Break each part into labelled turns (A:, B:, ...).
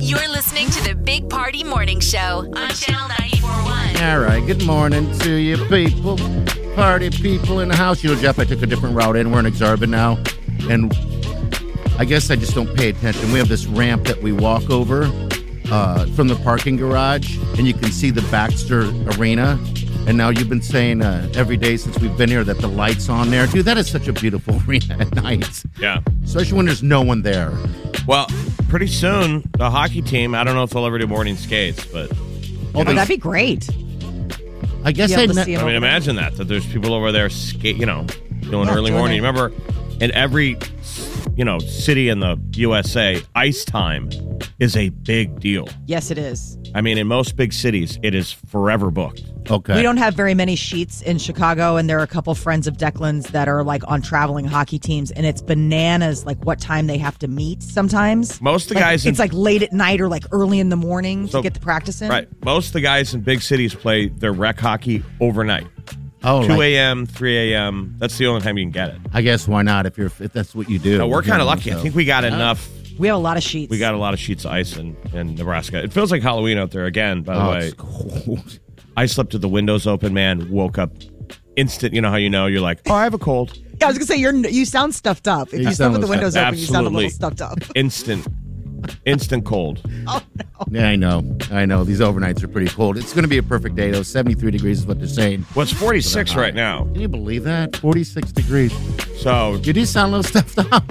A: You're listening to the Big Party Morning Show on Channel 941.
B: All right, good morning to you people, party people in the house. You know, Jeff, I took a different route in. We're in Exarban now, and I guess I just don't pay attention. We have this ramp that we walk over uh, from the parking garage, and you can see the Baxter Arena. And now you've been saying uh, every day since we've been here that the lights on there, dude. That is such a beautiful arena at night,
C: Yeah.
B: especially when there's no one there.
C: Well, pretty soon the hockey team. I don't know if they'll ever do morning skates, but
B: Oh,
D: Oh, that'd be great.
B: I guess
D: Be
B: I
D: able to
B: ne-
D: see
C: I mean,
D: them.
C: imagine that that there's people over there skate. You know, doing
D: Yeah,
C: early
D: doing
C: morning.
D: it.
C: Remember, in every you know city in the USA, ice time is a big deal.
D: Yes, it is.
C: I mean, in most big cities, it is forever booked.
B: okay.
D: We don't have very many sheets in Chicago, and there are a couple friends of Declan's that are like on traveling hockey teams, and it's bananas like what time they have to meet sometimes.
C: Most of the
D: Like,
C: guys in-
D: it's like late at night or like early in the morning
C: So-
D: to get the practice in.
C: Right. Most of the guys in big cities play their rec hockey overnight.
B: oh,
C: 2
B: like-
C: a.m., 3 a.m. That's the only time you can get it.
B: I guess why not if you're if that's what you do.
C: Now, we're kind of lucky. I
B: So-
C: think we got enough.
D: We have a lot of sheets.
C: We got a lot of sheets of ice in, in Nebraska. It feels like Halloween out there again, by the
B: Oh,
C: way.
B: it's cold.
C: I slept with the windows open, man. Woke up instant. You know how you know? You're like, oh, I have a cold.
D: Yeah, I was gonna say you're you sound stuffed up. If
B: You
D: you slept with the
B: sound
D: windows
C: stuffed-
D: open, you sound a little
C: absolutely.
D: stuffed up.
C: Instant. Instant cold.
B: Yeah, I know. I know. These overnights are pretty cold. It's going to be a perfect day, though. 73 degrees is what they're saying.
C: Well, it's 46 right now.
B: Can you believe that? 46 degrees.
C: So,
B: You do sound a little stuffed up.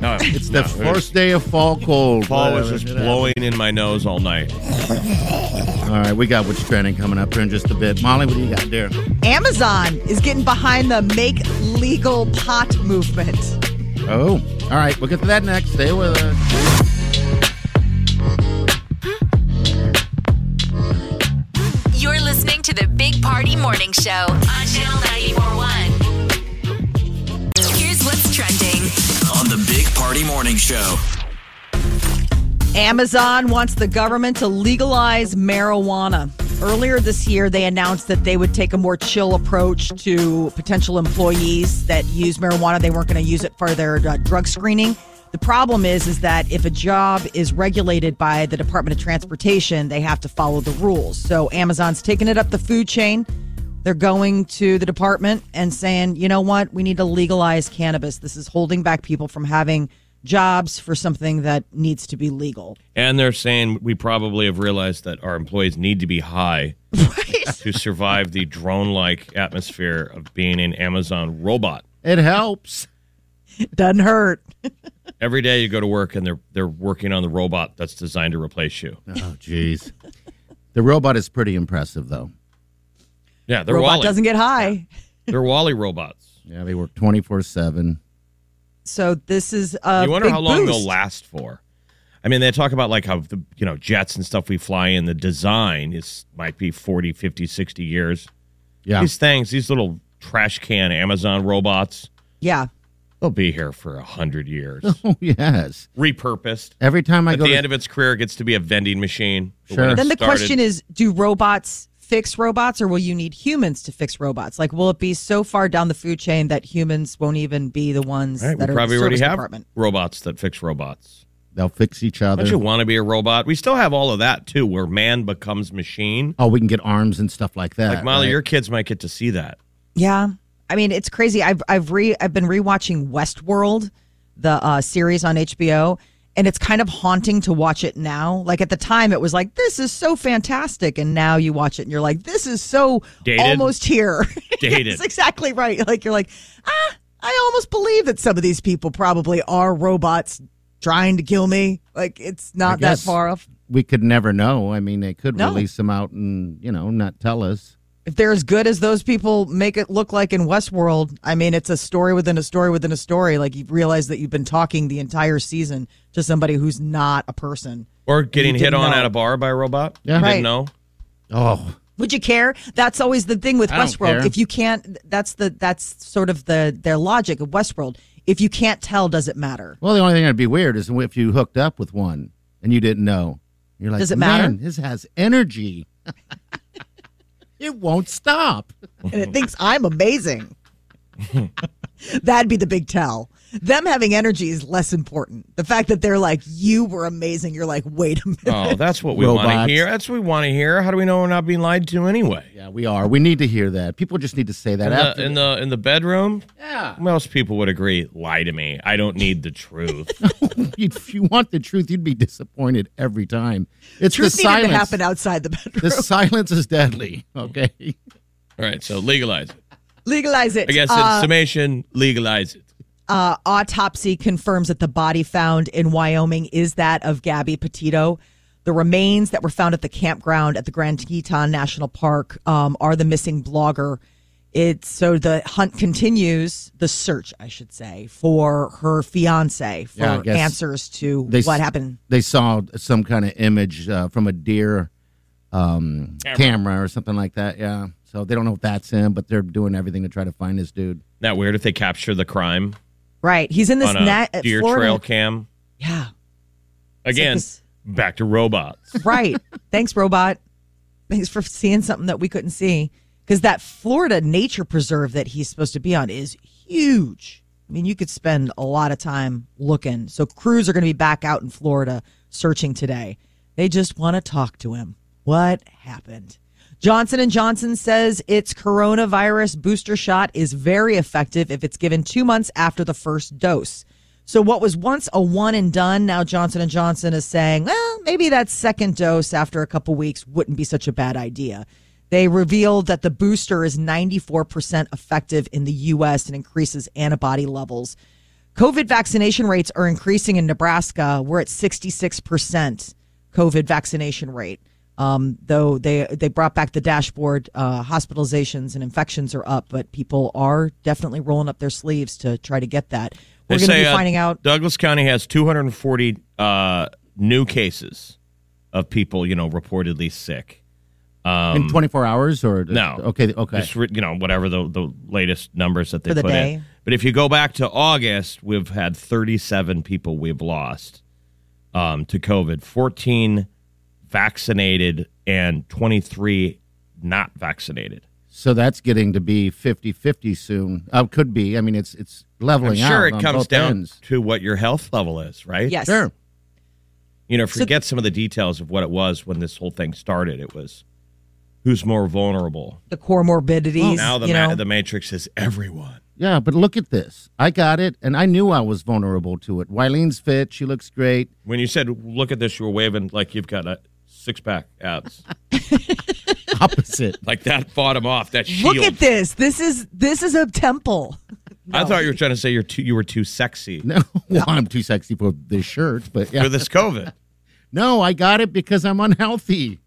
C: no,
B: It's the
C: no,
B: first day of fall cold.
C: Paul was
B: Whatever.
C: just blowing in my nose all night.
B: All right, we got what's trending coming up here in just a bit. Molly, what do you got there?
D: Amazon is getting behind the make legal pot movement.
B: Oh, all right. We'll get to that next. Stay with us.
A: You're listening to the Big Party Morning Show on Channel 941. Here's what's trending.
E: on the Big Party Morning Show.
D: Amazon wants the government to legalize marijuana. Earlier this year, they announced that they would take a more chill approach to potential employees that use marijuana. They weren't going to use it for their uh, drug screening. The problem is, is that if a job is regulated by the Department of Transportation, they have to follow the rules. So Amazon's taking it up the food chain. They're going to the department and saying, you know what, we need to legalize cannabis. This is holding back people from having jobs for something that needs to be legal.
C: And they're saying we probably have realized that our employees need to be high to survive the drone like atmosphere of being an Amazon robot.
B: It helps.
D: Doesn't hurt.
C: Every day you go to work and they're they're working on the robot that's designed to replace you.
B: Oh, jeez. the robot is pretty impressive, though.
C: Yeah, they're
D: Robot
C: Wally.
D: doesn't get high.
C: they're Wally robots.
B: Yeah, they work 24 7.
D: So this is a
C: you wonder
D: big
C: how long
D: boost.
C: they'll last for. I mean, they talk about like how the you know jets and stuff we fly in the design is might be 40, 50, 60 years.
B: Yeah.
C: These things, these little trash can Amazon robots,
D: Yeah.
C: they'll be here for a hundred years.
B: Oh, yes.
C: repurposed.
B: Every time I
C: At
B: go
C: the
B: to
C: end of its career, it gets to be a vending machine. But
B: Sure.
C: when it
D: Then the
C: started-
D: question is, do robots fix robots or will you need humans to fix robots? Like, will it be so far down the food chain that humans won't even be the ones
C: All right,
D: that
C: we
D: are in
C: probably
D: the
C: already
D: service
C: have
D: department?
C: robots that fix robots.
B: They'll fix each other.
C: Don't you want to be a robot? We still have all of that too, where man becomes machine.
B: Oh, we can get arms and stuff like that.
C: Like Molly,
B: right?
C: your kids might get to see that.
D: Yeah, I mean it's crazy. I've I've re I've been rewatching Westworld, the uh, series on HBO, and it's kind of haunting to watch it now. Like at the time, it was like this is so fantastic, and now you watch it and you're like this is so
C: Dated.
D: almost here.
C: Dated.
D: That's exactly right. Like you're like ah, I almost believe that some of these people probably are robots trying to kill me. Like it's not that
B: guess.
D: far off.
B: we could never know. I mean, they could
D: No.
B: release them out and you know not tell us.
D: if they're as good as those people make it look like in Westworld, I mean, it's a story within a story within a story. Like you realize that you've been talking the entire season to somebody who's not a person.
C: Or getting hit
D: didn't
C: on
D: know.
C: at a bar by a robot.
B: Yeah.
C: You
D: Right.
C: Didn't know.
B: Oh,
D: Would you care? That's always the thing with
B: I don't
D: Westworld.
B: care.
D: If you can't, that's the that's sort of the their logic of Westworld. If you can't tell, does it matter?
B: well, the only thing that'd be weird is if you hooked up with one and you didn't know. You're like,
D: Does it matter?
B: man, this has energy. it won't stop.
D: And it thinks I'm amazing. That'd be the big tell. Them having energy is less important. The fact that they're like, you were amazing. You're like, wait a minute.
C: Oh, that's what we want to
B: Robots.
C: hear. That's what we want to hear. How do we know we're not being lied to anyway?
B: Yeah, we are. We need to hear that. People just need to say that
C: In
B: after.
C: the, in the in the bedroom,
B: yeah.
C: most people would agree. Lie to me. I don't need the truth.
B: if you want the truth, you'd be disappointed every time. It's
D: Truth
B: the
D: needed
B: silence.
D: to happen outside the bedroom.
B: The silence is deadly. Okay.
C: All right, so legalize it.
D: Legalize it.
C: I guess in
D: uh,
C: summation, legalize it.
D: uh, autopsy confirms that the body found in Wyoming is that of Gabby Petito. The remains that were found at the campground at the Grand Teton National Park um, are the missing blogger. It's so the hunt continues, the search, I should say, for her fiance for
B: Yeah, I guess
D: answers to
B: They s-
D: what happened.
B: They saw some kind of image uh, from a deer um, camera. or something like that. Yeah. So they don't know if that's him, but they're doing everything to try to find this dude.
C: Isn't that weird if they capture the crime
D: Right, he's in this
C: on a
D: net
C: deer
D: Florida.
C: trail cam?
D: Yeah,
C: Again,
D: this-
C: back to robots.
D: Right. Thanks, robot. Thanks for seeing something that we couldn't see. Because that Florida nature preserve that he's supposed to be on is huge. I mean, you could spend a lot of time looking. So crews are going to be back out in Florida searching today. They just want to talk to him. What happened? Johnson and Johnson says its coronavirus booster shot is very effective if it's given 2 months after the first dose. So what was once a one and done, now Johnson and Johnson is saying, well, maybe that second dose after a couple weeks wouldn't be such a bad idea. They revealed that the booster is 94% effective in the US and increases antibody levels. COVID vaccination rates are increasing in Nebraska. We're at 66% COVID vaccination rate. Um, though they they brought back the dashboard, uh, hospitalizations and infections are up, but people are definitely rolling up their sleeves to try to get that. We're
C: They
D: going to be
C: say, uh,
D: finding out.
C: Douglas County has 240 uh, new cases of people, you know, reportedly sick. Um,
B: In 24 hours or?
C: No.
B: uh, Okay. Okay.
C: Just, re- you know, whatever the, the latest numbers that they
D: For the
C: put
D: day.
C: in. But if you go back to August, we've had 37 people we've lost um, to COVID, 14 vaccinated and 23 not vaccinated.
B: So that's getting to be 50 50 soon. Uh, could be. I mean, it's it's
C: I'm
B: leveling out.
C: sure it
B: on
C: comes
B: both
C: down
B: ends.
C: to what your health level is, right?
D: Yes.
B: Sure.
C: You know, forget some of the details of what it was when this whole thing started. It was who's more vulnerable.
D: the core morbidities.
C: now the,
D: you
C: ma-
D: know,
C: the matrix is everyone.
B: Yeah, but look at this. I got it, and I knew I was vulnerable to it. Wylene's fit. She looks great.
C: When you said, look at this, you were waving like you've got a six pack abs.
B: Opposite.
C: like that bottom off, that shield.
D: look at this. This is this is a temple.
C: I thought you were trying to say you're too, you were too sexy
B: No, well, I'm too sexy for this shirt, but yeah.
C: for this COVID.
B: No, I got it because I'm unhealthy.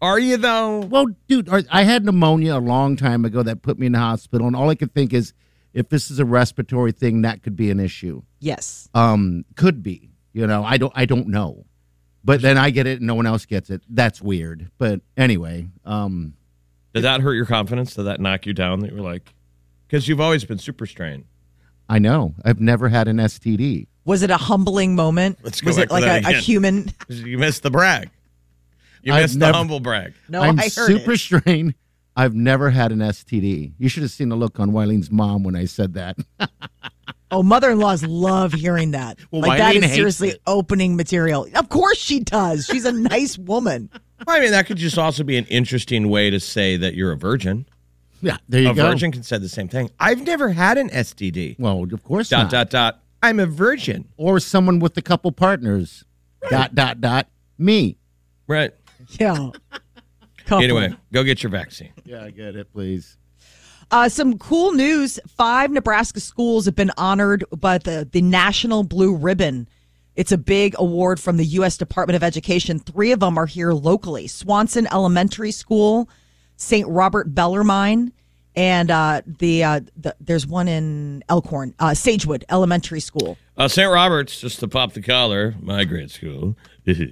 C: Are you though?
B: Well, dude, I- I had pneumonia a long time ago that put me in the hospital, and all I could think is, if this is a respiratory thing, that could be an issue.
D: Yes.
B: Um, could be. You know, I don't, I don't know. But then I get it, and no one else gets it. That's weird. But anyway, um,
C: Did that hurt your confidence? Did that knock you down? That you were like, because you've always been super strained.
B: I know I've never had an STD.
D: Was it a humbling moment?
C: Let's go
D: was
C: back
D: it
C: to
D: like
C: that
D: a, a
C: again.
D: human?
C: You missed the brag. You
B: I've
C: missed
B: never-
C: the humble brag.
D: No,
B: I'm
D: I heard
B: super
D: it.
B: strained. I've never had an STD. You should have seen the look on Wylene's mom when I said that.
D: Oh, mother-in-laws love hearing that.
B: Well,
D: like that
B: Wileen
D: is
B: hates
D: seriously
B: it.
D: opening material. Of course she does. She's a nice woman.
C: I mean, that could just also be an interesting way to say that you're a virgin.
B: Yeah, there you
C: A
B: go.
C: virgin can say the same thing. I've never had an STD.
B: Well, of course
C: dot
B: not.
C: dot dot. I'm a virgin.
B: Or someone with a couple partners. Dot dot dot. Me.
C: Right.
D: Yeah.
B: Oh.
D: Couple.
C: Anyway, go get your vaccine.
B: Yeah, I get it. Please.
D: Uh, some cool news. Five Nebraska schools have been honored by the, the National Blue Ribbon. It's a big award from the U.S. Department of Education. Three of them are here locally Swanson Elementary School, St. Robert Bellarmine, and uh, the, uh, the there's one in Elkhorn, uh, Sagewood Elementary School.
C: Uh, St. Robert's, just to pop the collar, my grade school.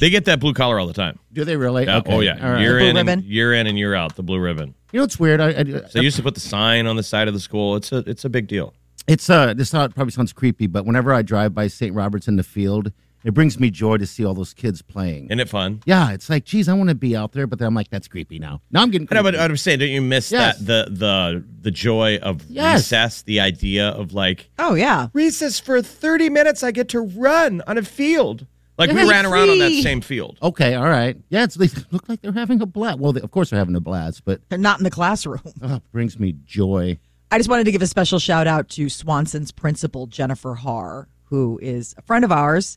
C: they get that blue collar all the time.
B: Do they really?
C: Yeah,
B: Okay,
C: Oh yeah,
B: all right.
C: year
D: The blue
C: in, and,
D: ribbon.
C: year in and year out, the blue ribbon.
B: You know what's weird? I, I,
C: So they used to put the sign on the side of the school. It's a it's a big deal.
B: It's uh, this sound- probably sounds creepy, but whenever I drive by St. Robert's in the field, it brings me joy to see all those kids playing.
C: Isn't it fun?
B: yeah, it's like, geez, I want to be out there, but then I'm like, that's creepy now. Now I'm getting
C: I know,
B: creepy.
C: but I'm saying, don't you miss
B: Yes.
C: that the the the joy of
B: Yes.
C: recess? The idea of like
D: Oh, yeah.
C: recess for 30 minutes, I get to run on a field. Like we ran around on that
D: Free.
C: same field.
B: okay, all right. Yeah, it's, they look like they're having a blast. Well, they, of course they're having a blast, but
D: They're not in the classroom.
B: oh, it brings me joy.
D: I just wanted to give a special shout out to Swanson's principal, Jennifer Haar, who is a friend of ours.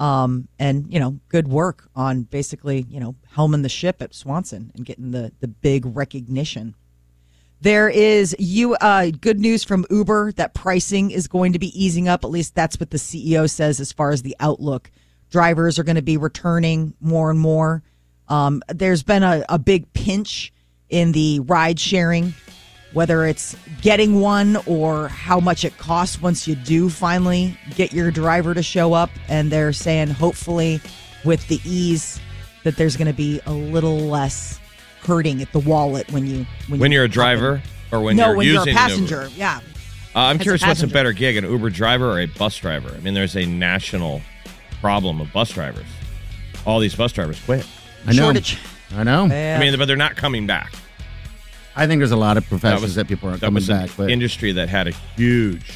D: Um, and, you know, good work on basically, you know, helming the ship at Swanson and getting the, the big recognition. There is you uh, good news from Uber that pricing is going to be easing up. At least that's what the CEO says as far as the outlook. Drivers are going to be returning more and more. Um, there's been a, a big pinch in the ride sharing, whether it's getting one or how much it costs once you do finally get your driver to show up. And they're saying hopefully with the ease that there's going to be a little less hurting at the wallet when you when,
C: When
D: you
C: you're a
D: hop in.
C: driver or when
D: no,
C: you're
D: when
C: using
D: you're a
C: an
D: passenger,
C: Uber.
D: yeah.
C: Uh, I'm
D: a
C: curious what's a
D: passenger.
C: better gig, an Uber driver or a bus driver? I mean, there's a national problem of bus drivers. All these bus drivers quit.
B: I know.
D: Shortage.
B: I know.
C: I mean, but they're not coming back.
B: I think there's a lot of professions that,
C: was-
B: people aren't
C: that
B: coming
C: was an
B: back, but
C: industry that had a huge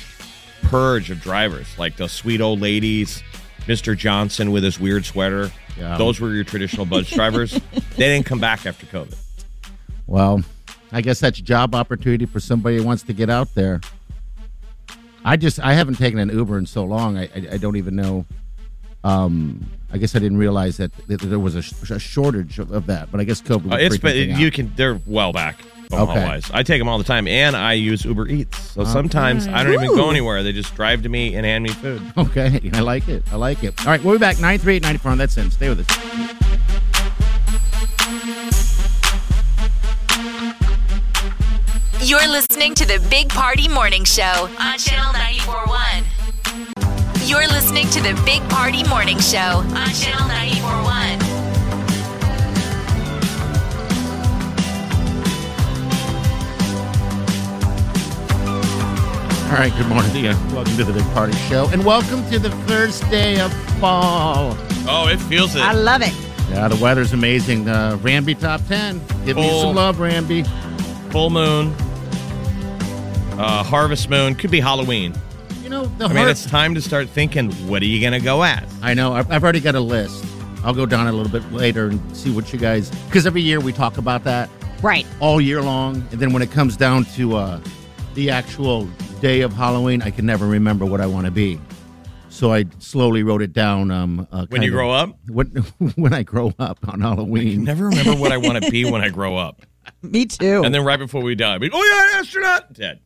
C: purge of drivers, like the sweet old ladies, Mr. Johnson with his weird sweater.
B: Yeah.
C: Those were your traditional bus drivers. They didn't come back after COVID.
B: well, I guess that's a job opportunity for somebody who wants to get out there. I just I haven't taken an Uber in so long. I I, I don't even know. Um, I guess I didn't realize that, that there was a, sh- a shortage of, of that, but I guess COVID.
C: Uh,
B: was
C: it's
B: freaking
C: but
B: thing
C: you
B: out.
C: can they're well back. Omaha wise. I take them all the time, and I use Uber Eats. So sometimes I don't even go anywhere. They just drive to me and hand me food.
B: Okay, I like it. I like it. All right, we'll be back nine three eight ninety four. That's in. Stay with us.
A: You're listening to the Big Party Morning Show on Channel 941. You're listening to the Big Party Morning Show on Channel 941.
B: All right, good morning to you. Welcome to the Big Party Show, and welcome to the first day of fall.
C: Oh, it feels it.
D: I love it.
B: Yeah, the weather's amazing. Uh, Ramby top ten. Give me
C: Full-
B: some love, Ramby.
C: Full moon, uh, harvest moon. Could be Halloween.
B: You know the
C: I
B: heart-
C: mean, it's time to start thinking. What are you gonna go as?
B: I know. I've, I've already got a list. I'll go down a little bit later and see what you guys. Because every year we talk about that
D: Right.
B: all year long, and then when it comes down to uh, the actual day of Halloween, I can never remember what I want to be. So I slowly wrote it down. Um, uh,
C: When you grow up?
B: When when I grow up on Halloween.
C: Never remember what I want to be when I grow up.
D: Me too.
C: And then right before we die, I'd be, oh yeah, astronaut. Dead.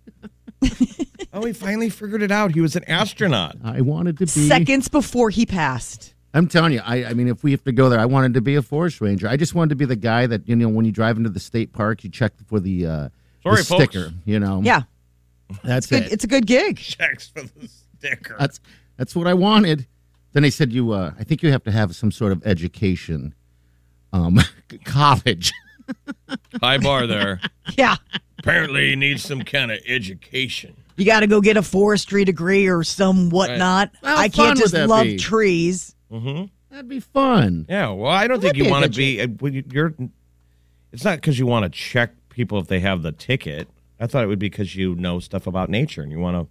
C: oh, he finally figured it out. He was an astronaut.
B: I wanted to be.
D: Seconds before he passed.
B: I'm telling you, I, I mean, if we have to go there, I wanted to be a forest ranger. I just wanted to be the guy that you know when you drive into the state park, you check for the, uh, the
C: Sorry, folks.
B: sticker. You know,
D: Yeah.
B: that's
D: Good,
B: it.
D: it's a good gig.
C: Checks for the sticker.
B: That's that's what I wanted. Then they said you. Uh, I think you have to have some sort of education, um, college.
C: High bar there.
D: Yeah.
C: Apparently, he needs some kind of education.
D: You got to go get a forestry degree or some whatnot.
B: How
D: I
B: fun would
D: can't just
B: that
D: love
B: be?
D: trees.
B: That'd be fun.
C: Yeah, well, I don't think
B: That'd
C: you
B: be a
C: want to
B: good
C: be. uh, well, you- You're. It's not because you want to check people if they have the ticket. I thought it would be because you know stuff about nature and you want to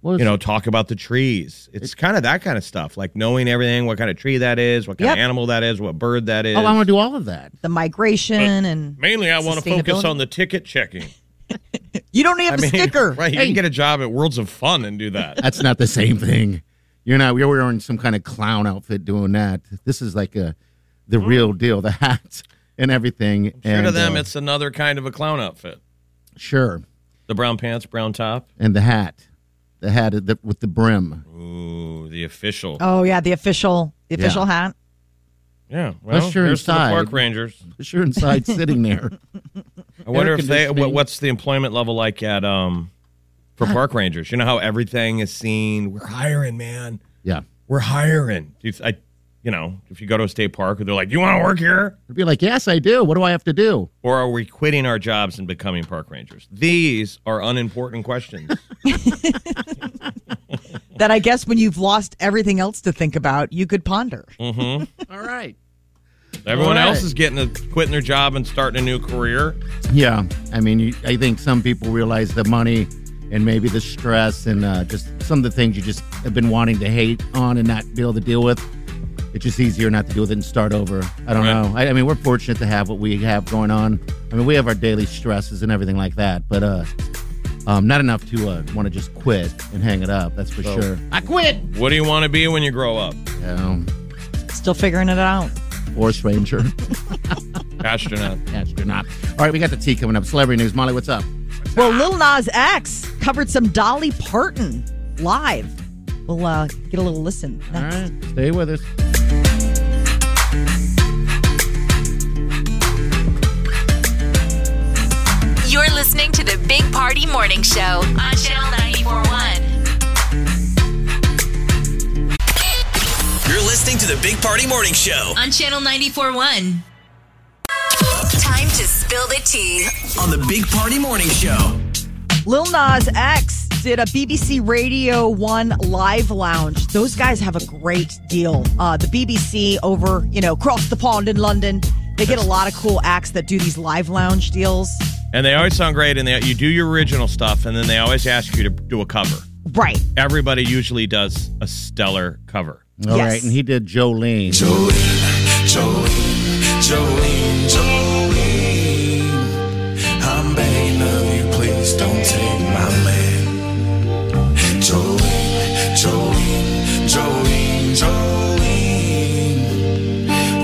B: What is
C: you know, talk about the trees. It's kind of that kind of stuff, like knowing everything, what kind of tree that is, what kind
D: Yep.
C: of animal that is, what bird that is.
B: Oh, I want to do all of that.
D: the migration and
C: Mainly, I want to focus
D: Sustainability.
C: on the ticket checking.
D: you don't have
C: I
D: a sticker.
C: right? You can get a job at Worlds of Fun and do that.
B: That's not the same thing. You're not. You're wearing some kind of clown outfit doing that. This is like a the real deal. The hat and everything.
C: Hmm. Sure
B: and,
C: to them,
B: uh,
C: it's another kind of a clown outfit.
B: sure.
C: The brown pants, brown top.
B: And the hat, the hat of the, with the brim.
C: Ooh, the official.
D: Oh yeah, the official the
B: Yeah.
D: official hat.
C: Yeah, well,
B: Unless you're
C: here's to the
B: inside.
C: park rangers.
B: But you're inside sitting there.
C: I wonder if they
B: conditioning.
C: what, what's the employment level like at um for park rangers. You know how everything is seen. We're hiring, man.
B: Yeah.
C: We're hiring. Do you, I, you know, if you go to a state park, they're like, "Do you want to work here?"
B: I'd be like, yes, I do. What do I have to do?
C: Or are we quitting our jobs and becoming park rangers? These are unimportant questions.
D: That I guess when you've lost everything else to think about, you could ponder.
C: Mm.
B: All right.
C: Everyone
B: All right.
C: else is getting a, quitting their job and starting a new career.
B: Yeah, I mean, you, I think some people realize the money and maybe the stress and uh, just some of the things you just have been wanting to hate on and not be able to deal with. It's just easier not to deal with it and start over. I don't
C: Right.
B: know. I, I mean, we're fortunate to have what we have going on. I mean, we have our daily stresses and everything like that, but uh, um, not enough to uh, want to just quit and hang it up. That's for sure. I quit.
C: What do you want to be when you grow up?
B: Um,
D: Still figuring it out.
B: Forest ranger,
C: Astronaut.
B: astronaut. All right, we got the tea coming up. Celebrity news, Molly. What's up?
D: Well, Lil Nas X covered some Dolly Parton live. We'll uh, get a little listen next.
B: All right, stay with us.
A: You're listening to the Big Party Morning Show on Channel 941.
E: You're listening to the Big Party Morning Show
A: On Channel 941. Time to spill the tea.
E: on the Big Party Morning Show.
D: Lil Nas X did a BBC Radio 1 live lounge. Those guys have a great deal. Uh, the BBC over, you know, across the pond in London, they get a lot of cool acts that do these live lounge deals.
C: And they always sound great. And they, you do your original stuff, and then they always ask you to do a cover.
D: Right.
C: Everybody usually does a stellar cover.
B: All right,
D: Yes.
B: and he did Jolene.
E: Jolene, Jolene, Jolene, Jolene. I'm begging of you, please don't take my man. Jolene, Jolene, Jolene, Jolene.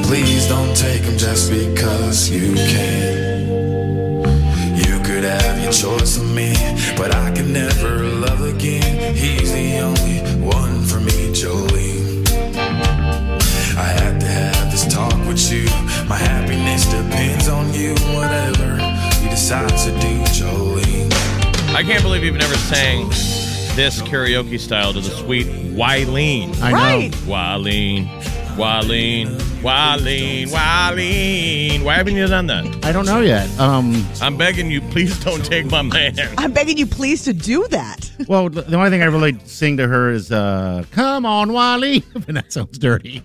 E: Please don't take him just because you can. You could have your choice of me, but I can never love again. He's the only one for me, Jolene. I had to have this talk with you. My happiness depends on you. Whatever you decide to do, Jolene.
C: I can't believe you've never sang this karaoke style to the sweet Wileen.
B: I
D: Right.
B: know.
C: Wileen, Wileen, Wileen, Wileen. Why haven't you done that?
B: I don't know yet. Um,
C: I'm begging you, please don't take my man.
D: I'm begging you, please, to do that.
B: well, the only thing I really sing to her is uh, "Come on, Wally," but that sounds dirty.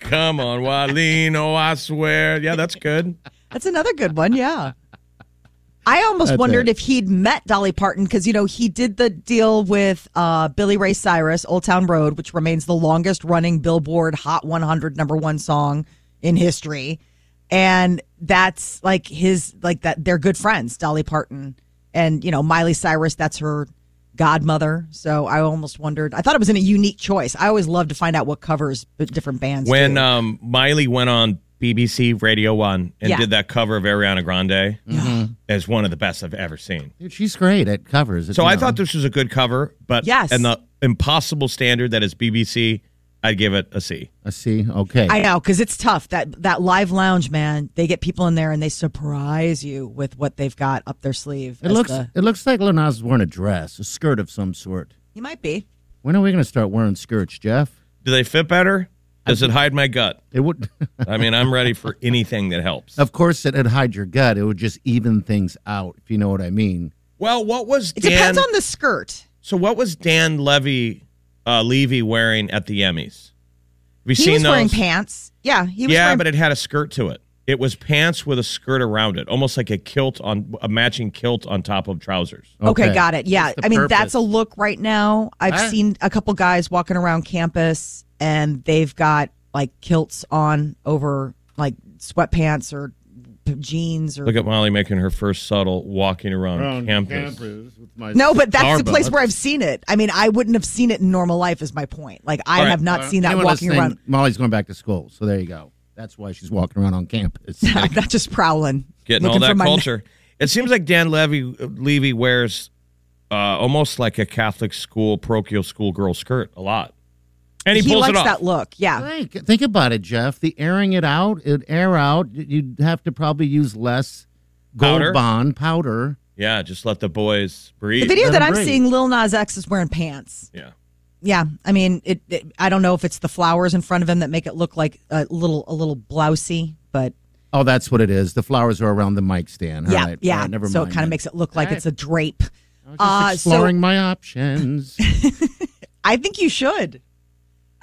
C: Come on, Wileen. Oh, I swear. Yeah, that's good.
D: That's another good one. Yeah. I almost
B: That's
D: wondered
B: it.
D: if he'd met Dolly Parton because, you know, he did the deal with uh, Billy Ray Cyrus, Old Town Road, which remains the longest running Billboard Hot 100 number one song in history. And that's like his, like that, they're good friends, Dolly Parton. And, you know, Miley Cyrus, that's her godmother. So I almost wondered, I thought it was in a unique choice. I always love to find out what covers different bands.
C: When
D: do.
C: um, Miley went on BBC Radio 1 and
D: Yeah.
C: did that cover of Ariana Grande, is one of the best I've ever seen.
B: Dude, she's great at covers.
C: So
B: you
C: I
B: know.
C: thought this was a good cover, but
D: Yes.
C: and the impossible standard that is BBC, I'd give it a C.
B: I see. Okay.
D: I know because it's tough that that live lounge man. They get people in there and they surprise you with what they've got up their sleeve.
B: it
D: as
B: looks.
D: the-
B: It looks like Lil Nas is wearing a dress, a skirt of some sort.
D: you might be.
B: When are we going to start wearing skirts, Jeff?
C: Do they fit better? Does it hide my gut?
B: It would.
C: I mean, I'm ready for anything that helps.
B: of course, it'd hide your gut. It would just even things out, if you know what I mean.
C: Well, what was
D: It
C: Dan?
D: depends on the skirt.
C: so what was Dan Levy uh, Levy wearing at the Emmys? Have you
D: He
C: seen
D: was
C: those?
D: wearing pants. Yeah, he was
C: yeah,
D: wearing
C: but it had a skirt to it. It was pants with a skirt around it, almost like a kilt on a matching kilt on top of trousers.
D: Okay, got it. Yeah.
B: What's the
D: I mean,
B: purpose?
D: that's a look right now. I've
B: Huh?
D: seen a couple guys walking around campus and they've got like kilts on over like sweatpants or p- jeans or.
C: Look at Molly making her first subtle walking around, campus.
B: with my
D: no, but that's the
B: Starbucks.
D: place where I've seen it. I mean, I wouldn't have seen it in normal life, is my point. Like, I
C: All right,
D: have not
B: Uh,
D: seen that
B: anyone
D: walking
B: listening,
D: around.
B: Molly's going back to school, so there you go. That's why she's walking around on campus.
D: I'm not just prowling.
C: getting all
D: looking for
C: that
D: my-
C: culture. it seems like Dan Levy uh, Levy wears uh, almost like a Catholic school parochial schoolgirl skirt a lot, and he,
D: He
C: pulls it
D: likes
C: off.
D: that look. Yeah.
B: Hey, c- think about it, Jeff. The airing it out, it air out. y- You'd have to probably use less gold
C: Powder?
B: bond powder.
C: yeah, just let the boys
D: The
C: breathe.
D: video
B: Let
D: that
B: him
D: I'm
B: breathe.
D: seeing, Lil Nas X is wearing pants.
C: yeah,
D: Yeah, I mean, it, it. I don't know if it's the flowers in front of him that make it look like a little, a little blousy, but
B: Oh, that's what it is. The flowers are around the mic stand. All
D: yeah,
B: right.
D: yeah.
B: All right, never
D: so
B: mind.
D: it kind of makes it look like
B: All
D: it's a drape.
B: I'm just
D: Uh,
B: exploring
D: so
B: my options.
D: I think you should.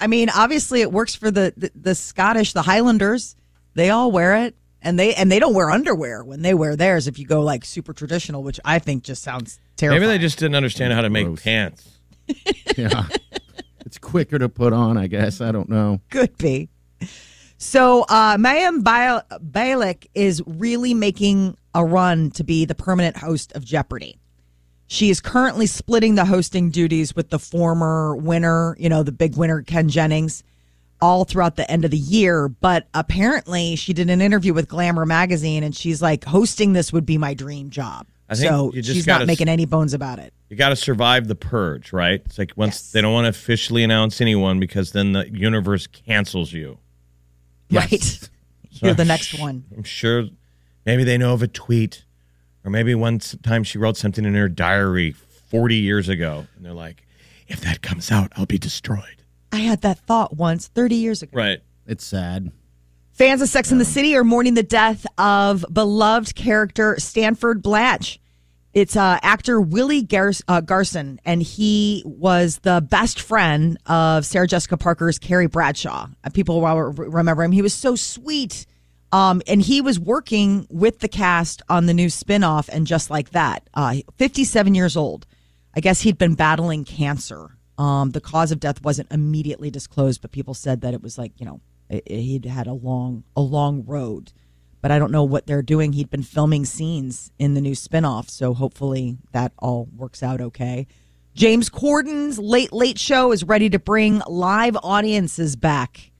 D: I mean, obviously, it works for the, the the Scottish, the Highlanders. They all wear it, and they and they don't wear underwear when they wear theirs. If you go like super traditional, which I think just sounds terrible.
C: maybe they just didn't understand how to make
B: Gross.
C: pants.
B: yeah, it's quicker to put on, I guess. I don't know.
D: could be. So, uh, Mayim Bil- Bialik is really making a run to be the permanent host of Jeopardy. She is currently splitting the hosting duties with the former winner, you know, the big winner, Ken Jennings, all throughout the end of the year. But apparently, she did an interview with Glamour magazine and she's like, hosting this would be my dream job.
C: I think
D: so,
C: you just
D: she's not
C: gotta-
D: making any bones about it.
C: You got to survive the purge, right? It's like once
D: Yes.
C: they don't want to officially announce anyone because then the universe cancels you.
D: Right. You're the next one.
C: I'm sure maybe they know of a tweet, or maybe one s- time she wrote something in her diary 40 years ago, and they're like, if that comes out, I'll be destroyed.
D: I had that thought once 30 years ago.
C: Right.
B: It's sad.
D: Fans of Sex and the City are mourning the death of beloved character Stanford Blatch. It's uh, actor Willie Gar- uh, Garson, and he was the best friend of Sarah Jessica Parker's Carrie Bradshaw. Uh, People will re- remember him. He was so sweet. Um, and he was working with the cast on the new spinoff, and just like that, uh, 57 years old. I guess he'd been battling cancer. Um, the cause of death wasn't immediately disclosed, but people said that it was like you know i i- he'd had a long a long road. But I don't know what they're doing. He'd been filming scenes in the new spinoff, so hopefully that all works out okay. James Corden's Late Late Show is ready to bring live audiences back.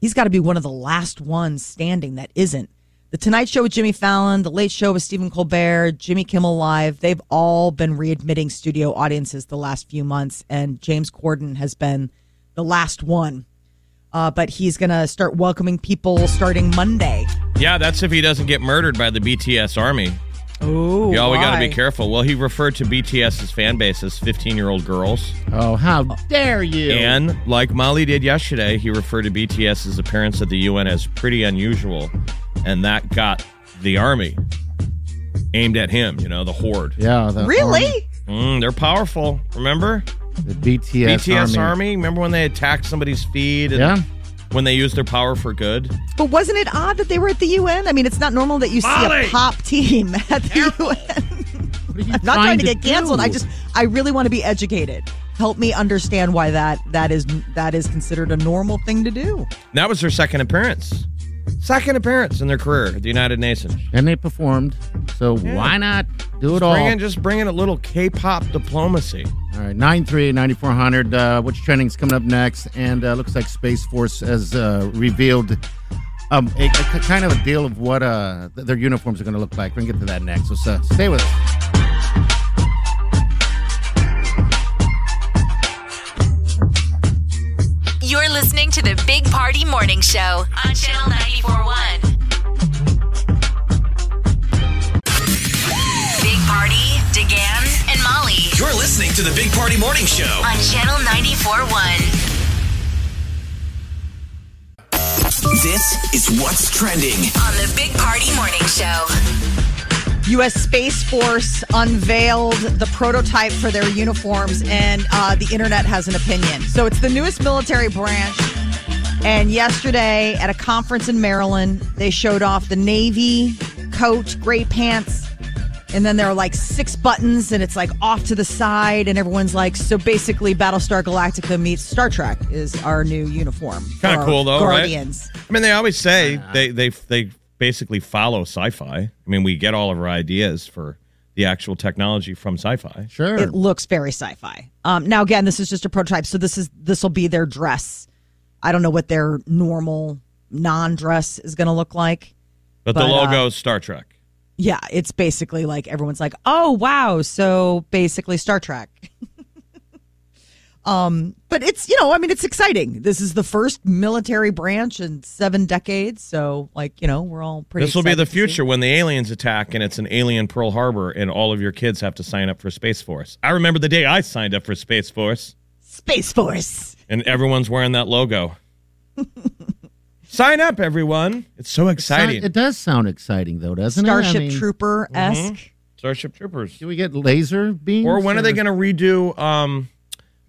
D: He's got to be one of the last ones standing that isn't. The Tonight Show with Jimmy Fallon, The Late Show with Stephen Colbert, Jimmy Kimmel Live, they've all been readmitting studio audiences the last few months, and James Corden has been the last one. Uh, but he's going to start welcoming people starting Monday.
C: Yeah, that's if he doesn't get murdered by the BTS army.
D: Oh,
C: Yeah, we got to be careful. Well, he referred to BTS's fan base as 15 year old girls.
B: Oh, how dare you?
C: And like Molly did yesterday, he referred to BTS's appearance at the UN as pretty unusual. And that got the army aimed at him, you know, the horde.
B: yeah, the army-
D: Really?
C: Mm, they're powerful, remember?
B: the BTS,
C: BTS army. Remember when they attacked somebody's feed and
B: Yeah.
C: when they used their power for good?
D: But wasn't it odd that they were at the UN? I mean, it's not normal that you see
C: Molly!
D: a pop team at the UN.
B: What are you
D: not trying to get
B: do?
D: canceled. I just I really want to be educated. Help me understand why that that is that is considered a normal thing to do.
C: And that was their second appearance. Second appearance in their career at the United Nations.
B: and they performed. So why not do it all?
C: Bringing, just bringing a little K pop diplomacy.
B: All right, 93 9400. Uh, which trending's coming up next? And uh, looks like Space Force has uh, revealed um, a, a k- kind of a deal of what uh, th- their uniforms are going to look like. We're going to get to that next. So uh, stay with us.
A: You're listening to the Big Party Morning Show on Channel 941. Big Party, DeGan, and Molly
F: You're listening to the Big Party Morning Show.
A: on Channel 941.
F: This is what's trending.
A: On the Big Party Morning Show.
D: U.S. Space Force unveiled the prototype for their uniforms, and uh, the internet has an opinion. So it's the newest military branch And yesterday at a conference in Maryland, they showed off the navy coat, gray pants, and then there are like six buttons, and it's like off to the side, and everyone's like, so basically, Battlestar Galactica meets Star Trek is our new uniform. for
C: Kind of
D: our
C: cool though,
D: Guardians.
C: right? I mean, they always say they they they basically follow sci-fi. I mean, we get all of our ideas for the actual technology from sci-fi.
B: Sure.
D: It looks very sci-fi. Um, now, again, this is just a prototype, so this is this will be their dress. I don't know what their normal non-dress is going to look like.
C: But, the
D: But, uh,
C: logo is Star Trek.
D: Yeah, it's basically like everyone's like, "Oh wow!" So basically, Star Trek. um, but it's you know, I mean, it's exciting. This is the first military branch in seven decades, so like you know, we're all pretty.
C: This will be
D: excited
C: the
D: to see.
C: future when the aliens attack and it's an alien Pearl Harbor and all of your kids have to sign up for Space Force. I remember the day I signed up for Space Force
D: Space Force.
C: and everyone's wearing that logo. Sign up, everyone. It's so exciting.
B: It does sound exciting, though, doesn't it? I
D: Starship
B: mean,
D: Trooper esque.
C: Mm-hmm. Starship Troopers.
B: Do we get laser beams?
C: Or when are they going to redo um,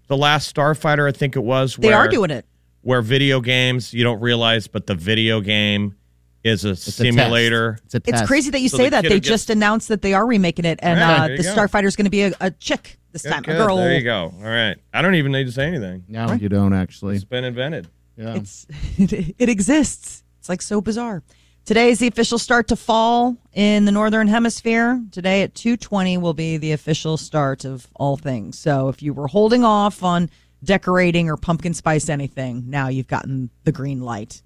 C: the last Starfighter? I think it was.
D: They
C: where-
D: are doing it.
C: where video games you don't realize, but the video game is a
B: It's a test.
C: simulator.
B: It's a
D: It's
B: test.
D: crazy that you
C: So
D: say
C: the
D: that.
C: kid
D: They
C: who gets-
D: just announced that they are remaking it, and
C: Yeah,
D: uh,
C: there you
D: the
C: go.
D: Starfighter is going to be a, a chick this
C: Good,
D: time,
C: good.
D: a girl.
C: There you go. All right. I don't even need to say anything.
B: No, you don't actually.
C: It's been invented.
B: Yeah.
D: It's it, it exists. It's like so bizarre. Today is the official start to fall in the northern hemisphere. Today at 2:20 will be the official start of all things. So if you were holding off on decorating or pumpkin spice anything, now you've gotten the green light.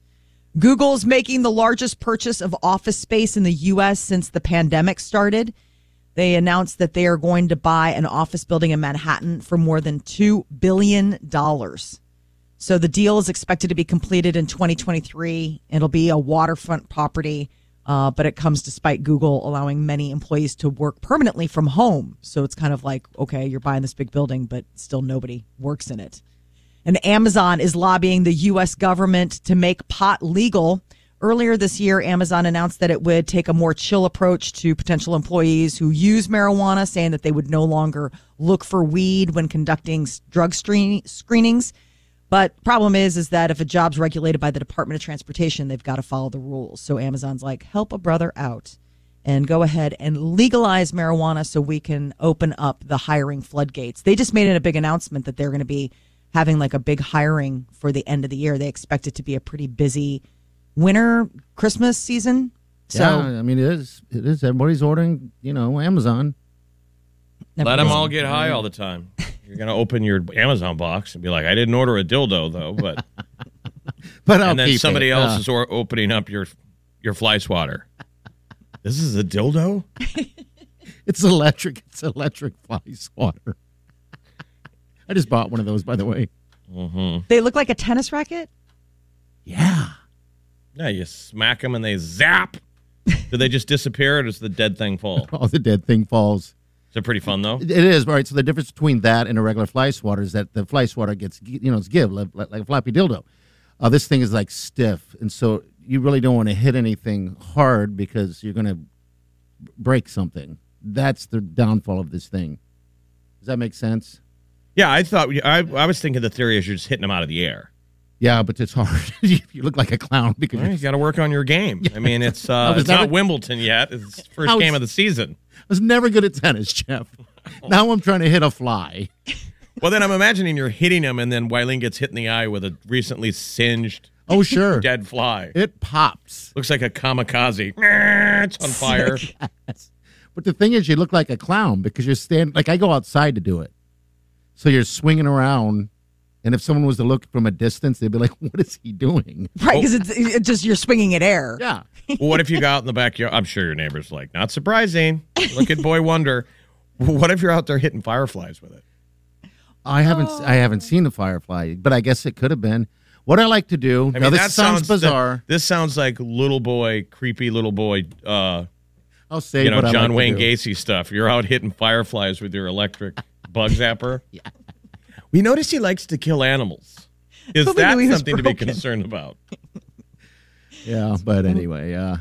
D: Google's making the largest purchase of office space in the US since the pandemic started. They announced that they are going to buy an office building in Manhattan for more than 2 billion dollars. So the deal is expected to be completed in 2023. It'll be a waterfront property, uh, but it comes despite Google allowing many employees to work permanently from home. So it's kind of like, okay, you're buying this big building, but still nobody works in it. And Amazon is lobbying the U.S. government to make pot legal. Earlier this year, Amazon announced that it would take a more chill approach to potential employees who use marijuana, saying that they would no longer look for weed when conducting s- drug screen- screenings. But problem is, is that if a job's regulated by the Department of Transportation, they've got to follow the rules. So Amazon's like, help a brother out and go ahead and legalize marijuana so we can open up the hiring floodgates. They just made it a big announcement that they're going to be having like a big hiring for the end of the year. They expect it to be a pretty busy winter Christmas season. So
B: yeah, I mean, it is. It is. Everybody's ordering, you know, Amazon.
C: Let them all get high all the time. You're going to open your Amazon box and be like, I didn't order a dildo, though. But
B: But I'll
C: And then
B: keep
C: somebody
B: it.
C: else
B: Uh,
C: is or- opening up your, your fly swatter. this is a dildo?
B: It's electric. It's electric fly swatter. I just bought one of those, by the way.
D: they look like a tennis racket.
B: Yeah.
C: Yeah, you smack them and they zap. Do they just disappear or does the dead thing fall?
B: All the dead thing falls.
C: Is it pretty fun, though?
B: It is right. So the difference between that and a regular fly swatter is that the fly swatter gets you know it's give like, like a floppy dildo. Uh, this thing is like stiff, and so you really don't want to hit anything hard because you're going to break something. That's the downfall of this thing. Does that make sense?
C: Yeah, I thought, I, I was thinking the theory is you're just hitting them out of the air.
B: Yeah, but it's hard. you look like a clown because
C: Well,
B: you're
C: you got to work on your game. I mean, it's uh,
B: was
C: it's not
B: never-
C: Wimbledon yet. It's the
B: I
C: first
B: was-
C: game of the season.
B: I was never good at tennis, Jeff. Now I'm trying to hit a fly.
C: Well, then I'm imagining you're hitting him, and then Wyleen gets hit in the eye with a recently singed
B: Oh, sure.
C: dead fly.
B: It pops.
C: Looks like a kamikaze. It's on fire.
B: But the thing is, you look like a clown because you're standing, like I go outside to do it. So you're swinging around. And if someone was to look from a distance, they'd be like, what is he doing?
D: Right, because it's it just you're swinging it air.
B: Yeah.
C: Well, what if you go out in the backyard? I'm sure your neighbor's like, not surprising. Look at Boy Wonder. Well, What if you're out there hitting fireflies with it?
B: I haven't I haven't seen the firefly, but I guess it could have been. What I like to do,
C: I
B: now this sounds,
C: that-
B: bizarre.
C: this sounds like little boy, creepy little boy, uh,
B: I'll say
C: you know,
B: what I
C: John
B: like
C: Wayne
B: to do.
C: Gacy stuff. You're out hitting fireflies with your electric bug zapper. yeah. We notice he likes to kill animals. Is
D: But we
C: that
D: knew he was
C: something to be
D: broken.
C: concerned about?
B: Yeah, but anyway, yeah.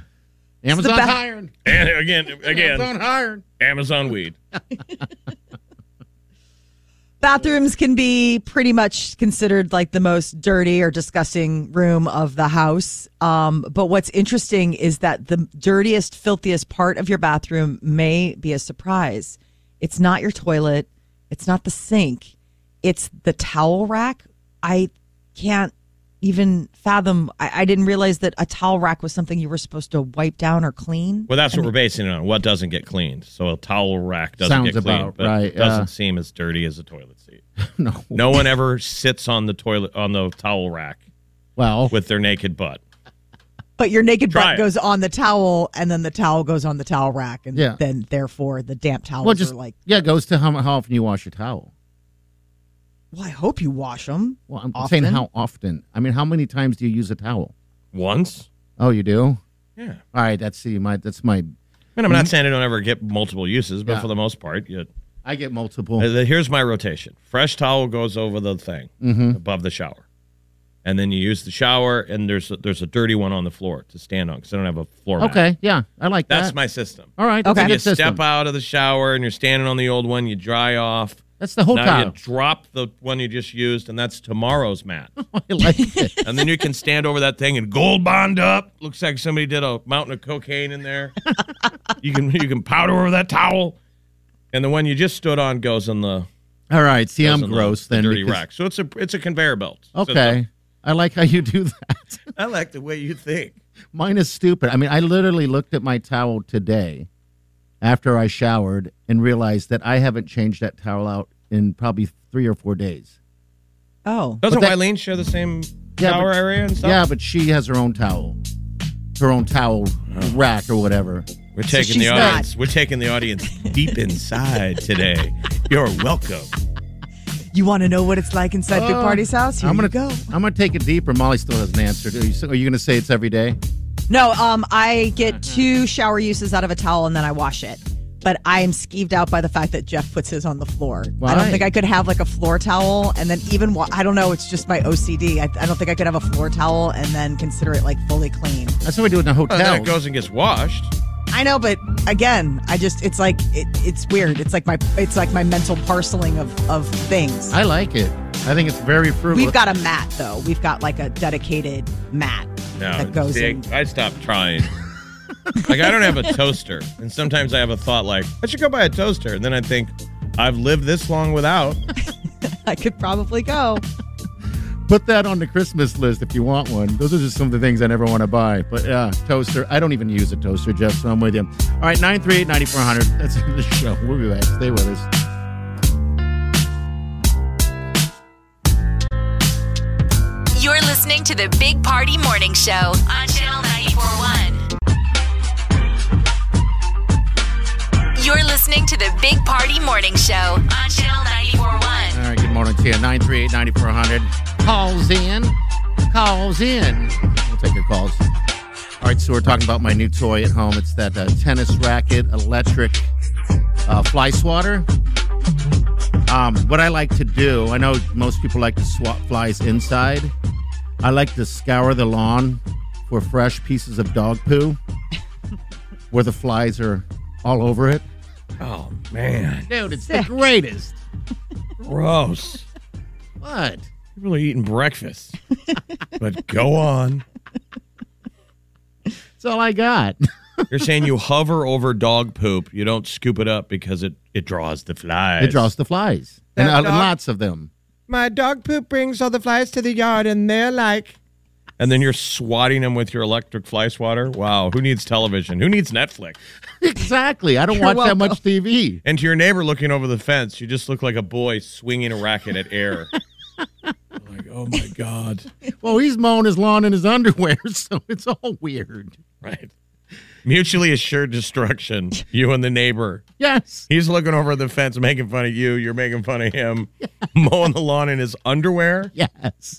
B: Amazon's
D: best-
B: hiring.
C: And again, again,
B: Amazon hiring.
C: Amazon weed.
D: Bathrooms can be pretty much considered like the most dirty or disgusting room of the house. Um, but what's interesting is that the dirtiest, filthiest part of your bathroom may be a surprise. It's not your toilet, it's not the sink, it's the towel rack. I can't even fathom. I, I didn't realize that a towel rack was something you were supposed to wipe down or clean.
C: Well, that's what we're basing it on. What doesn't get cleaned? So a towel rack doesn't
B: Sounds
C: get cleaned,
B: about
C: but
B: right,
C: it doesn't
B: uh,
C: seem as dirty as a toilet seat.
B: No.
C: No one ever sits on the toilet on the towel rack
B: Well,
C: with their naked butt.
D: But your naked
C: Try
D: butt
C: it.
D: goes on the towel, and then the towel goes on the towel rack, and
B: Yeah.
D: then therefore the damp towels
B: well, just
D: are like.
B: yeah, it goes to how, how often you wash your towel.
D: Well, I hope you wash them.
B: Well, I'm saying
D: Often.
B: how often. I mean, how many times do you use a towel?
C: Once?
B: Oh, you do.
C: Yeah.
B: All right, that's see my that's my.
C: And I'm not saying I don't ever get multiple uses, but
B: Mm-hmm. Yeah.
C: for the most part, you,
B: I get multiple.
C: Uh, the- here's my rotation: fresh towel goes over the thing
B: Mm-hmm.
C: above the shower, and then you use the shower, and there's a, there's a dirty one on the floor to stand on because I don't have a floor. mat.
B: Okay, yeah, I like
C: that's
B: that.
C: my system.
B: All right, that's a
D: Okay.
C: You
B: good system.
C: step out of the shower and you're standing on the old one. You dry off.
B: That's the whole
C: now
B: towel.
C: you drop the one you just used, and that's tomorrow's mat.
B: I like it.
C: and then you can stand over that thing and gold bond up. Looks like somebody did a mountain of cocaine in there. you can you can powder over that towel, and the one you just stood on goes in the
B: All right, see,
C: goes
B: I'm
C: in the-
B: gross
C: the
B: then.
C: dirty
B: because-
C: rack. So it's a it's a conveyor belt. So it's
B: Okay, I like how you do that.
C: a- I like the way you think.
B: Mine is stupid. I mean, I literally looked at my towel today after I showered and realized that I haven't changed that towel out in probably three or four days.
D: Oh,
C: Doesn't
B: that-
C: Wileen share the same
B: Yeah,
C: shower
B: but-
C: area and stuff?
B: Yeah, but she has her own towel, her own towel
C: Oh.
B: rack or whatever.
C: we're taking the
D: she's not.
C: audience. We're taking the audience deep inside today. You're welcome.
D: you want to know what it's like inside Big Party's house? Here
B: Uh, I'm gonna
D: you go.
B: I'm gonna take it deeper. Molly still hasn't answered. Are you, are you gonna say it's every day?
D: No, um, I get two shower uses out of a towel, and then I wash it. But I am skeeved out by the fact that Jeff puts his on the floor. I
B: Why?
D: don't think I could have like a floor towel, and then even wa- I don't know. It's just my OCD. I, I don't think I could have a floor towel and then consider it like fully clean.
B: That's what we do in the
C: And
B: hotel.
C: then Oh, it goes and gets washed.
D: I know, but again, I just it's like it, it's weird. It's like my it's like my mental parceling of of things.
B: I like it. I think it's very frugal.
D: We've got a mat though. We've got like a dedicated mat that goes
C: see,
D: in.
C: I stopped trying. like I don't have a toaster, and sometimes I have a thought like I should go buy a toaster, and then I think I've lived this long without.
D: I could probably go.
B: Put that on the Christmas list if you want one. Those are just some of the things I never want to buy. But yeah, toaster. I don't even use a toaster, Jeff, so I'm with you. All right, 938 9400. That's the end of the show. We'll be back. Stay with us.
A: You're listening to the Big Party Morning Show on Channel 941. You're listening to the Big Party Morning Show on Channel 941.
B: All right, good morning to you. 938 9400. Calls in. Calls in. We'll take your calls. All right, so we're talking about my new toy at home. It's that uh, tennis racket electric uh, fly swatter. Um, what I like to do, I know most people like to swat flies inside. I like to scour the lawn for fresh pieces of dog poo where the flies are all over it.
C: Oh man,
B: Dude, it's the greatest.
C: gross!
B: What?
C: You're really eating breakfast, but go on.
B: That's all I got.
C: You're saying you hover over dog poop. You don't scoop it up because it it draws the flies.
B: It draws the flies, and,
C: That
B: uh, and
C: dog-
B: lots of them.
C: My dog poop brings all the flies to the yard, and they're like. And then you're swatting them with your electric fly swatter. Wow, who needs television? Who needs Netflix?
B: Exactly. I don't watch that much TV.
C: And to your neighbor looking over the fence, you just look like a boy swinging a racket at air. like, oh my God.
B: Well, he's mowing his lawn in his underwear, so it's all weird.
C: Right. Mutually assured destruction, you and the neighbor.
B: Yes.
C: He's looking over the fence, making fun of you. You're making fun of him, mowing the lawn in his underwear.
B: Yes.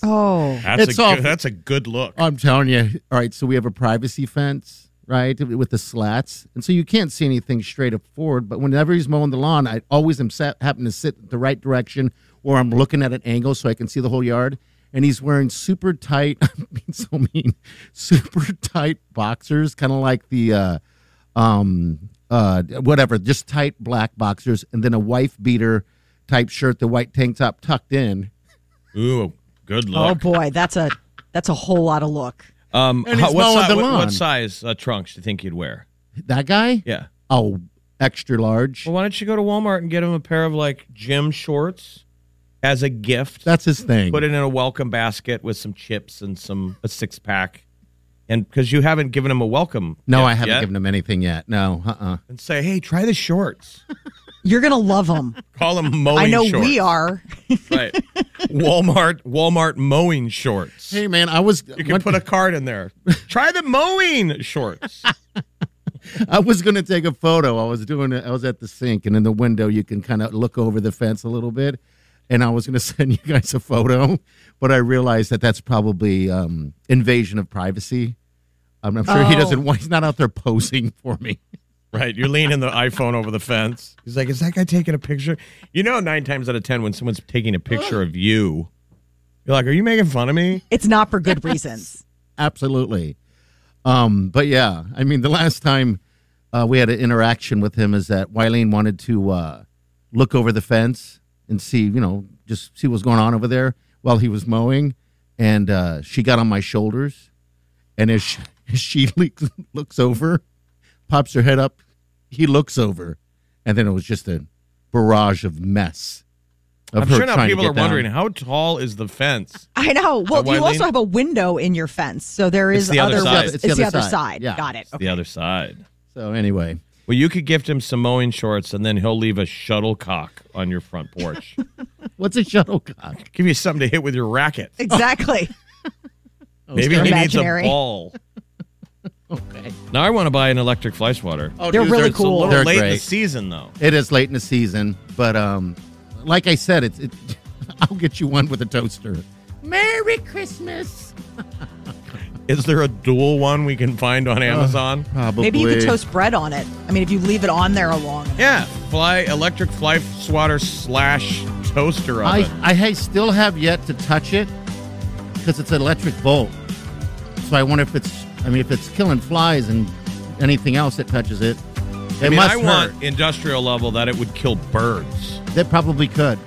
D: Oh,
C: That's,
B: It's
C: a
B: awful.
C: good, that's a good look.
B: I'm telling you. All right. So we have a privacy fence, right, with the slats, and so you can't see anything straight up forward. But whenever he's mowing the lawn, I always am sat, happen to sit the right direction, or I'm looking at an angle so I can see the whole yard. And he's wearing super tight. I'm being so mean. Super tight boxers, kind of like the. Uh, um, uh, whatever, just tight black boxers, and then a wife beater type shirt, the white tank top tucked in.
C: Ooh, good
D: Oh
C: luck.
D: boy, that's a that's a whole lot of look.
C: um,
B: And
C: how-
B: he's
C: what,
B: mowing
C: si-
B: the
C: what- what
B: lawn.
C: size uh, trunks do you think you'd wear?
B: That guy?
C: Yeah.
B: Oh, extra large.
C: Well, why don't you go to Walmart and get him a pair of like gym shorts as a gift?
B: That's his thing.
C: Put it in a welcome basket with some chips and some a six pack, and because you haven't given him a welcome.
B: no,
C: yet-
B: I haven't
C: yet,
B: given him anything yet. No, uh-uh.
C: And say, hey, try the shorts.
D: You're gonna love them.
C: Call them mowing.
D: I know
C: shorts.
D: we are.
C: Right. Walmart Walmart mowing shorts.
B: Hey, man, I was
C: You can put a card in there. Try the mowing shorts.
B: I was going to take a photo. I was doing it. I was at the sink, and in the window, you can kind of look over the fence a little bit. And I was going to send you guys a photo, but I realized that that's probably um, invasion of privacy. I'm, I'm sure he
D: Oh.
B: doesn't want. He's not out there posing for me.
C: Right. You're leaning the iPhone over the fence. He's like, is that guy taking a picture? You know, nine times out of 10, when someone's taking a picture of you, you're like, are you making fun of me?
D: It's not for good reasons.
B: Absolutely. Um, but yeah, I mean, the last time uh, we had an interaction with him is that Wileen wanted to uh, look over the fence and see, you know, just see what's going on over there while he was mowing. And uh, she got on my shoulders. And as she, as she le- looks over, pops her head up, he looks over. And then it was just a barrage of mess. Of
C: I'm
B: her
C: sure now
B: trying to
C: people
B: get
C: are wondering,
B: down.
C: how tall is the fence?
D: I know. Well,
C: Wileen?
D: you also have a window in your fence, so there
C: It's
D: is
C: the other
D: other.
C: side.
D: It's,
B: It's the
D: the
B: other
D: other
B: side.
D: side.
B: Yeah.
D: Got it. Okay.
C: The other side.
B: So, anyway.
C: Well, you could gift him some mowing shorts and then he'll leave a shuttlecock on your front porch.
B: What's a shuttlecock?
C: Give you something to hit with your racket.
D: Exactly.
C: Maybe
D: they're
C: he
D: Oh, imaginary.
C: needs a ball.
B: Okay.
C: Now I want to buy an electric fly swatter.
B: Oh,
D: They're really
B: it's a
D: cool.
B: little
C: They're
B: late
C: late
B: in
C: in
B: the
C: the season, though.
B: It is late in the season, but um, like I said, it's it, I'll get you one with a toaster. Merry Christmas.
C: Is there a dual one we can find
D: Oh.
C: on Amazon?
B: Probably.
D: Maybe you could toast bread on it. I mean, if you leave it on there long enough.
C: Yeah, fly electric fly swatter slash toaster
B: I
C: oven.
B: I ha- still have yet to touch it because it's an electric bolt. So I wonder if it's I mean if it's killing flies and anything else that touches it, it
C: I mean,
B: must
C: I
B: hurt.
C: want industrial level that it would kill birds.
B: That probably could.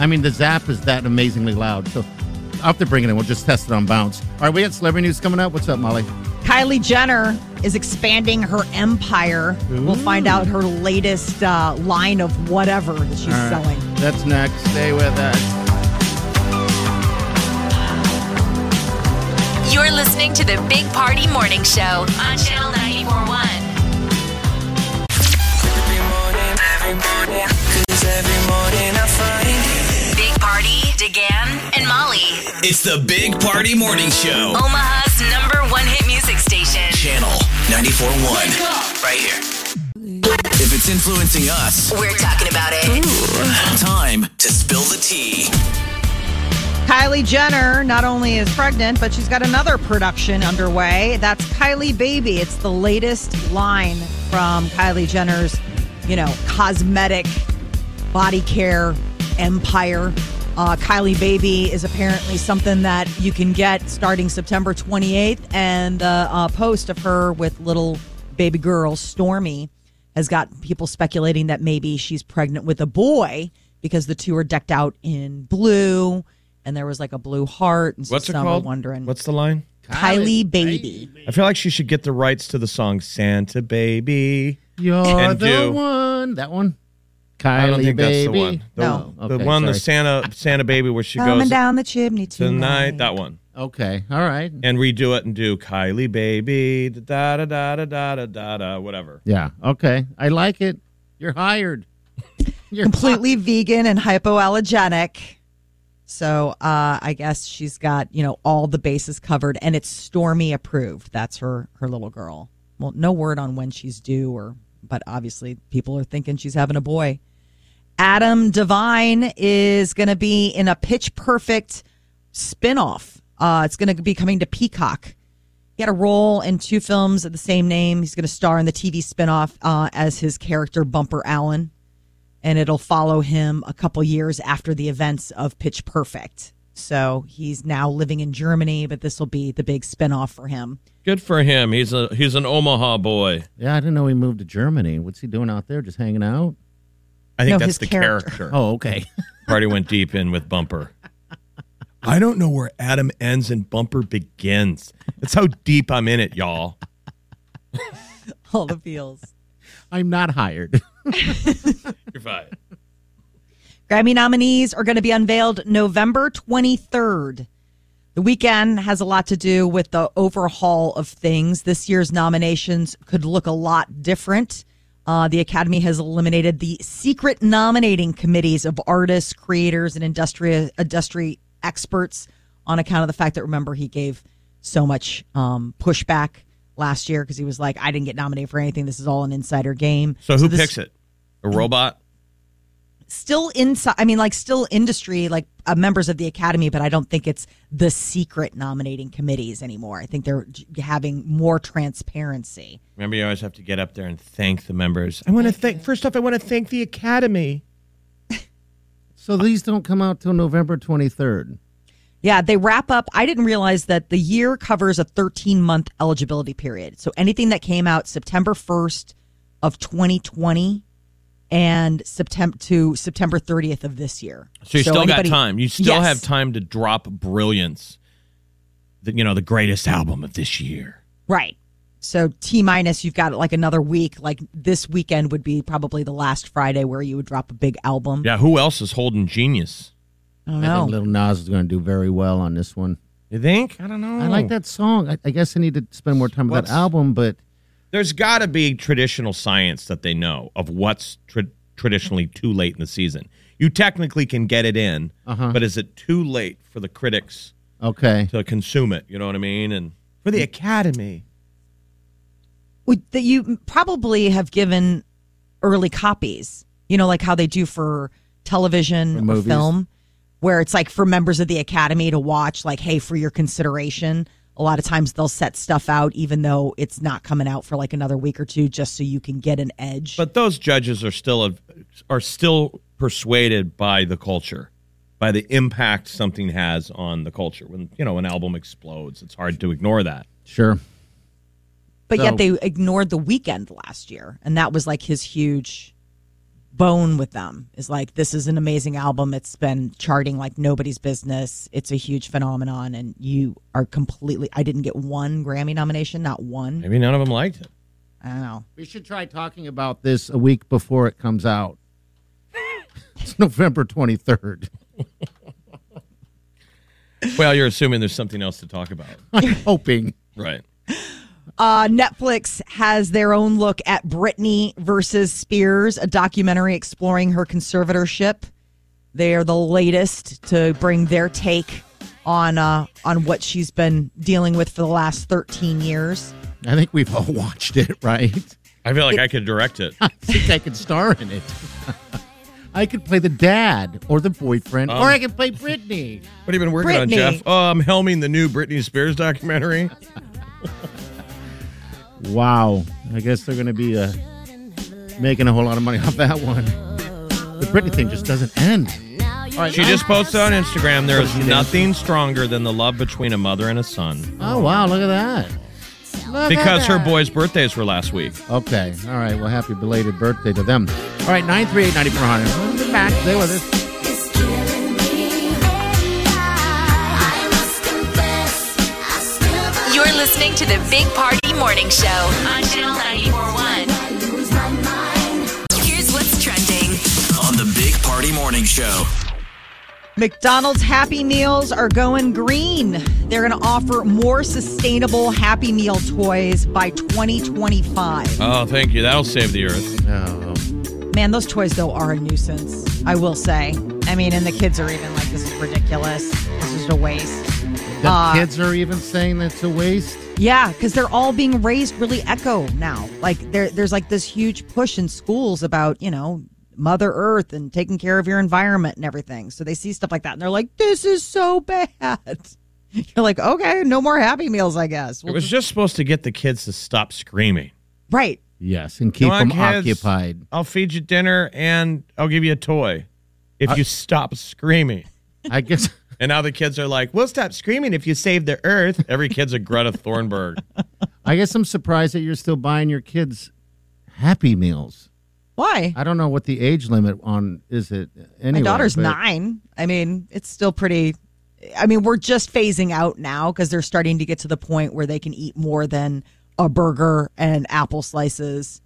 B: I mean, the zap is that amazingly loud. So I'll have to bring it in. We'll just test it on bounce. All right, we got celebrity news coming up. What's up, Molly?
D: Kylie Jenner is expanding her empire. We'll find out her latest uh, line of whatever that she's
B: All right.
D: selling.
B: That's next. Stay with us.
A: You're listening to the Big Party Morning Show on Channel 941.
E: Every morning, every morning, 'cause every morning I find
A: Big Party, DeGan, and Molly.
F: It's the Big Party Morning Show.
A: Omaha's number one hit music station.
F: Channel 94.1. Right here. If it's influencing us,
A: We're talking about it.
F: time to spill the tea.
D: Kylie Jenner not only is pregnant, but she's got another production underway. That's Kylie Baby. It's the latest line from Kylie Jenner's, you know, cosmetic body care empire. Uh, Kylie Baby is apparently something that you can get starting September 28th, and the uh, post of her with little baby girl Stormy has got people speculating that maybe she's pregnant with a boy because the two are decked out in blue, and there was like a blue heart. And so
C: What's it
D: some are
C: called?
D: Wondering
C: What's the line?
D: Kylie, baby.
C: I feel like she should get the rights to the song "Santa Baby."
B: You're
C: And
B: the
C: do.
B: one. That one. Kylie
C: I don't think
B: baby.
C: that's the one. The,
D: No.
C: the one, the
B: sorry.
C: Santa Santa Baby, where she
D: coming
C: goes
D: down the chimney tonight.
C: tonight. That one,
B: Okay. All right.
C: and redo it and do Kylie Baby, da da da da da da da da, whatever.
B: Yeah. Okay. I like it. You're hired. You're
D: completely vegan and hypoallergenic. So uh, I guess she's got you know all the bases covered, and it's Stormy approved. That's her her little girl. Well, no word on when she's due, or but obviously people are thinking she's having a boy. Adam Devine is going to be in a Pitch Perfect spinoff. Uh, it's going to be coming to Peacock. He had a role in two films of the same name. He's going to star in the TV spinoff uh, as his character Bumper Allen and it'll follow him a couple years after the events of Pitch Perfect. So he's now living in Germany, but this will be the big spinoff for him.
C: Good for him. He's a he's an Omaha boy.
B: Yeah, I didn't know he moved to Germany. What's he doing out there? Just hanging out?
C: I think
D: No, his
C: that's the
D: character.
C: character.
B: Oh, okay.
C: Party went deep in with Bumper. I don't know where Adam ends and Bumper begins. That's how deep I'm in it, y'all.
D: All the feels.
B: I'm not hired.
C: You're fine.
D: Grammy nominees are going to be unveiled November 23rd. The weekend has a lot to do with the overhaul of things. This year's nominations could look a lot different. Uh, the Academy has eliminated the secret nominating committees of artists, creators, and industry industry experts on account of the fact that remember he gave so much um, pushback last year because he was like, "I didn't get nominated for anything. This is all an insider game."
C: So who
D: this-
C: picks it? A robot?
D: still inside i mean like still industry like uh, members of the academy but i don't think it's the secret nominating committees anymore i think they're j- having more transparency
C: Remember, you always have to get up there and thank the members. I want to thank. First off, I want to thank the Academy.
B: so these don't come out till November 23rd.
D: yeah they wrap up i didn't realize that the year covers a 13 month eligibility period so anything that came out september 1st of 2020 and september to september 30th of this year
C: So you still
D: anybody-
C: got time. You still
D: Yes.
C: have time to drop brilliance. The, you know, the greatest album of this year.
D: Right. So T minus, you've got like another week. Like this weekend would be probably the last Friday where you would drop a big album.
C: Yeah, who else is holding genius?
D: I don't
B: I
D: know.
B: think Little Nas is going to do very well on this one.
C: You think? I don't know.
B: I like that song. I, I guess I need to spend more time with
C: What's-
B: that album, but
C: There's got to be traditional science that they know of what's tra- traditionally too late in the season. You technically can get it in,
B: Uh-huh.
C: but is it too late for the critics
B: okay.
C: to consume it? You know what I mean? And for the Academy,
D: Would- that you probably have given early copies. You know, like how they do
B: For
D: for television or
B: movies.
D: film, where it's like for members of the academy to watch. Like, hey, for your consideration. A lot of times they'll set stuff out even though it's not coming out for like another week or two, just so you can get an edge.
C: but those judges are still of are still persuaded by the culture, by the impact something has on the culture. When you know an album explodes, it's hard to ignore that.
B: Sure.
D: But
B: So-
D: yet they ignored the weekend last year, and that was like his huge bone with them. Is like this is an amazing album. It's been charting like nobody's business. It's a huge phenomenon, and you are completely. I didn't get one Grammy nomination, not one.
C: Maybe none of them liked it.
D: I don't know.
B: We should try talking about this a week before it comes out. it's November 23rd.
C: Well, you're assuming there's something else to talk about,
B: I'm hoping.
C: right?
D: Uh, Netflix has their own look at Britney versus Spears, a documentary exploring her conservatorship. They are the latest to bring their take on uh, on what she's been dealing with for the last 13 years.
B: I think we've all watched it, right?
C: I feel like I could direct it.
B: I think I could star in it. I could play the dad or the boyfriend,
C: Um.
B: or I could play Britney.
C: What have you been working on,
D: Britney.
C: Jeff? Oh, I'm helming the new Britney Spears documentary.
B: Wow. I guess they're going to be uh, making a whole lot of money off that one. The Britney thing just doesn't end.
C: She just posted on Instagram there is
B: She did.
C: nothing stronger than the love between a mother and a son
B: Oh, wow. Look at that. Look at
C: because her
B: that.
C: boys' birthdays were last week.
B: Okay. All right. Well, happy belated birthday to them. All right. 938 9400. We'll be back. Stay with us.
A: You're listening to the Big Party Morning Show on Channel 941. Here's what's trending.
F: On the Big Party Morning Show.
D: McDonald's Happy Meals are going green. They're going to offer more sustainable Happy Meal toys by 2025.
C: Oh, thank you. That'll save the earth.
B: Oh,
D: Man, those toys though are a nuisance. I will say. I mean, and the kids are even like, "This is ridiculous. This is a waste."
B: the
D: Uh,
B: kids are even saying that's a waste.
D: Yeah, because they're all being raised really echo now. Like there, there's like this huge push in schools about you know Mother Earth and taking care of your environment and everything. So they see stuff like that and they're like, "This is so bad." You're like, "Okay, no more Happy Meals, I guess."
C: It
D: We'll
C: was
D: just-
C: just supposed to get the kids to stop screaming.
D: right.
B: Yes. And keep
C: Come on,
B: them
C: kids.
B: occupied.
C: I'll feed you dinner and I'll give you a toy if you stop screaming.
B: I guess.
C: And now the kids are like, we'll stop screaming if you save the earth. Every kid's a Greta Thornburg.
B: I guess I'm surprised that you're still buying your kids Happy Meals.
D: Why?
B: I don't know what the age limit on is it
D: My
B: anyway.
D: daughter's
B: but-
D: nine. I mean, it's still pretty. I mean, we're just phasing out now because they're starting to get to the point where they can eat more than a burger and apple slices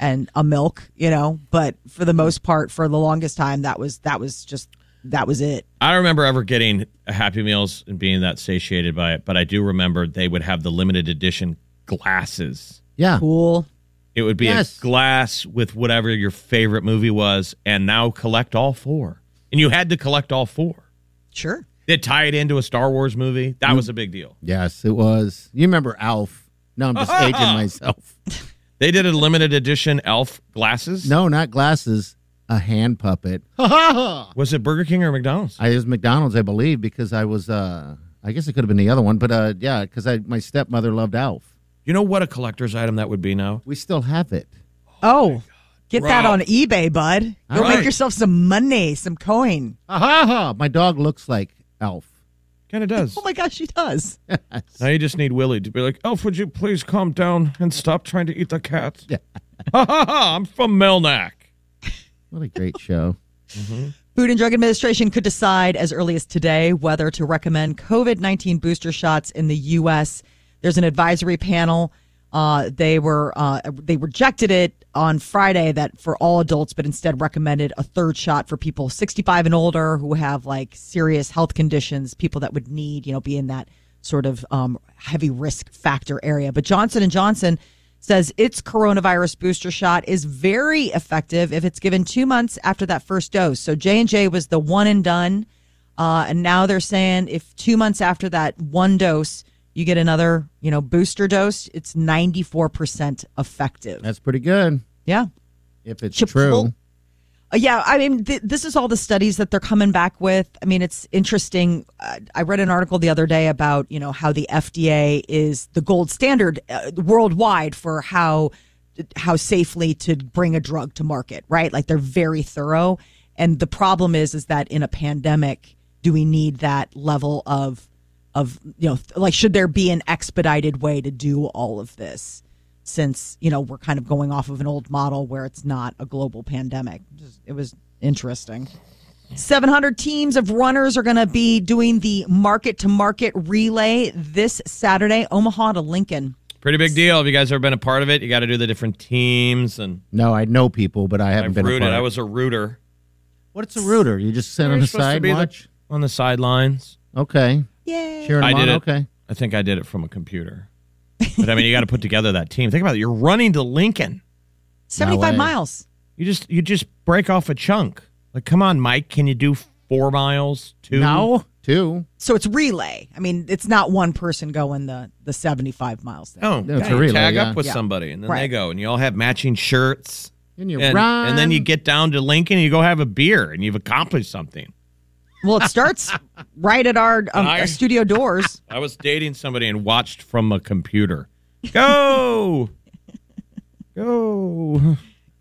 D: and a milk, you know. But for the most part, for the longest time, that was that was just that was it.
C: I don't remember ever getting Happy Meals and being that satiated by it, but I do remember they would have the limited edition glasses.
B: Yeah.
D: Cool.
C: It would be
B: Yes.
C: a glass with whatever your favorite movie was, and now collect all four. And you had to collect all four.
D: Sure.
C: They tie it into a Star Wars movie. That was a big deal.
B: Yes, it was. You remember Alf? No, I'm just aging myself.
C: They did a limited edition Elf glasses.
B: No, not glasses. A hand puppet.
C: Was it Burger King or McDonald's?
B: I it was McDonald's, I believe, because I was. uh I guess it could have been the other one, but uh yeah, because I my stepmother loved Alf.
C: You know what a collector's item that would be now?
B: We still have it.
D: Oh, get that
C: Rob.
D: on eBay, bud.
B: All
D: You'll
C: right.
D: make yourself some money, some coin.
B: Aha! My dog looks like Alf.
C: Kind of does.
D: Oh my gosh, she does.
C: Now you just need Willie to be like, Elf, would you please calm down and stop trying to eat the cat?
B: Yeah.
C: ha ha ha, I'm from Melnack.
B: What a great show.
D: Food and Drug Administration could decide as early as today whether to recommend COVID 19 booster shots in the U.S. There's an advisory panel. Uh, they were uh, they rejected it on Friday that for all adults, but instead recommended a third shot for people 65 and older who have like serious health conditions, people that would need you know be in that sort of um, heavy risk factor area. But Johnson and Johnson says its coronavirus booster shot is very effective if it's given two months after that first dose. So J and J was the one and done, uh, and now they're saying if two months after that one dose you get another, you know, booster dose, it's ninety four percent effective.
B: That's pretty good.
D: yeah.
B: If it's
D: Chipotle-
B: true.
D: Uh, Yeah, I mean, th- this is all the studies that they're coming back with. I mean, it's interesting. Uh, I read an article the other day about you know how the FDA is the gold standard uh, worldwide for how how safely to bring a drug to market. Right, like they're very thorough. And the problem is, is that in a pandemic, do we need that level of of you know th- like should there be an expedited way to do all of this? since you know we're kind of going off of an old model where it's not a global pandemic. Just, it was interesting. 700 teams of runners are going to be doing the market to market relay this Saturday, Omaha to Lincoln.
C: Pretty big deal. Have you guys ever been a part of it? You got to do the different teams, and
B: No, I know people, but I haven't
C: I've
B: been a
C: rooted.
B: part of
C: I
B: it.
C: was a rooter.
B: What's a rooter? You just sit on
C: You're
B: the
C: supposed to
B: side
C: be the-
B: watch?
C: on the sidelines.
B: Okay.
D: Yay!
B: Cheering
C: I
B: them
C: did
B: on?
C: it.
B: Okay.
C: I think I did it from a computer. But I mean, you got to put together that team. Think about it. You're running to Lincoln.
D: 75
B: way.
D: miles.
C: You just you just break off a chunk. Like, come on, Mike. Can you do four miles? Two?
B: No. Two.
D: So it's relay. I mean, it's not one person going the the 75 miles. There.
C: No.
B: No, it's
C: Oh, You
B: a relay,
C: tag
B: yeah.
C: up with
D: Yeah.
C: somebody, and then they
D: Right.
C: go, and you all have matching shirts.
B: And you
C: and,
B: run.
C: and then you get down to Lincoln and you go have a beer and you've accomplished something.
D: Well, it starts right at our, um,
C: I-
D: our studio doors.
C: I was dating somebody and watched from a computer. Go. go.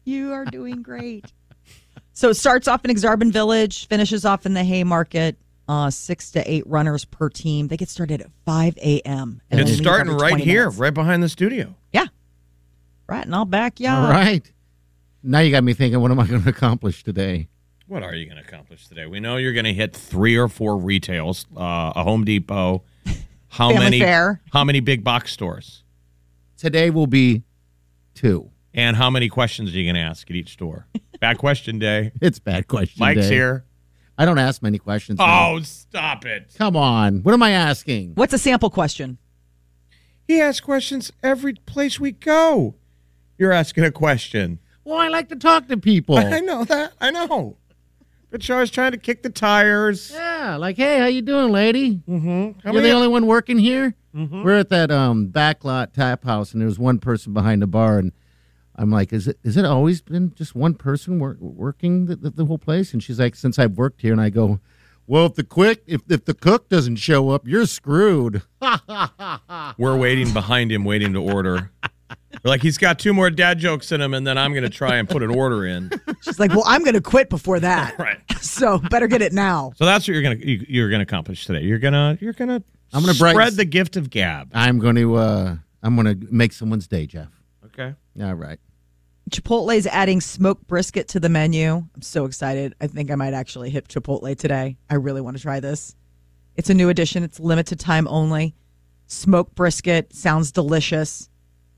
D: You are doing great. so it starts off in Exarban Village, finishes off in the Haymarket. Uh, six to eight runners per team. They get started at 5 a.m. and
C: It's
D: leave
C: starting
D: every
C: right
D: 20
C: here,
D: minutes.
C: right behind the studio.
D: Yeah. Right in our backyard.
B: All right. Now you got me thinking, what am I going to accomplish today?
C: What are you going to accomplish today? We know you're going to hit three or four retails, uh, a Home Depot. How
D: Family
C: many?
D: Fare.
C: How many big box stores?
B: Today will be two.
C: And how many questions are you going to ask at each store? Bad question day.
B: It's bad question.
C: Mike's
B: day.
C: here.
B: I don't ask many questions. now.
C: Oh, stop it!
B: come on. What am I asking?
D: What's a sample question?
C: He asks questions every place we go. You're asking a question.
B: Well, I like to talk to people.
C: I know that. I know. But you're always trying to kick the tires.
B: yeah, like, hey, how you doing, lady?
C: How
B: You're
C: many-
B: the only one working here. We're at that um, backlot tap house, and there was one person behind the bar, and I'm like, is it is it always been just one person wor- working the, the, the whole place? And she's like, since I've worked here, and I go, well, if the quick if if the cook doesn't show up, you're screwed.
C: We're waiting behind him, waiting to order. We're like, he's got two more dad jokes in him, and then I'm going to try and put an order in.
D: She's like, well, I'm going to quit before that.
C: Right.
D: So better get it now.
C: So that's what you're going to you, you're going to accomplish today. You're going to you're going to
B: I'm gonna
C: spread
B: brighten-
C: the gift of gab.
B: I'm going to uh, I'm going to make someone's day, Jeff.
C: Okay.
B: All right.
D: Chipotle's adding smoked brisket to the menu. I'm so excited. I think I might actually hit Chipotle today. I really want to try this. It's a new addition, it's limited time only. Smoked brisket sounds delicious.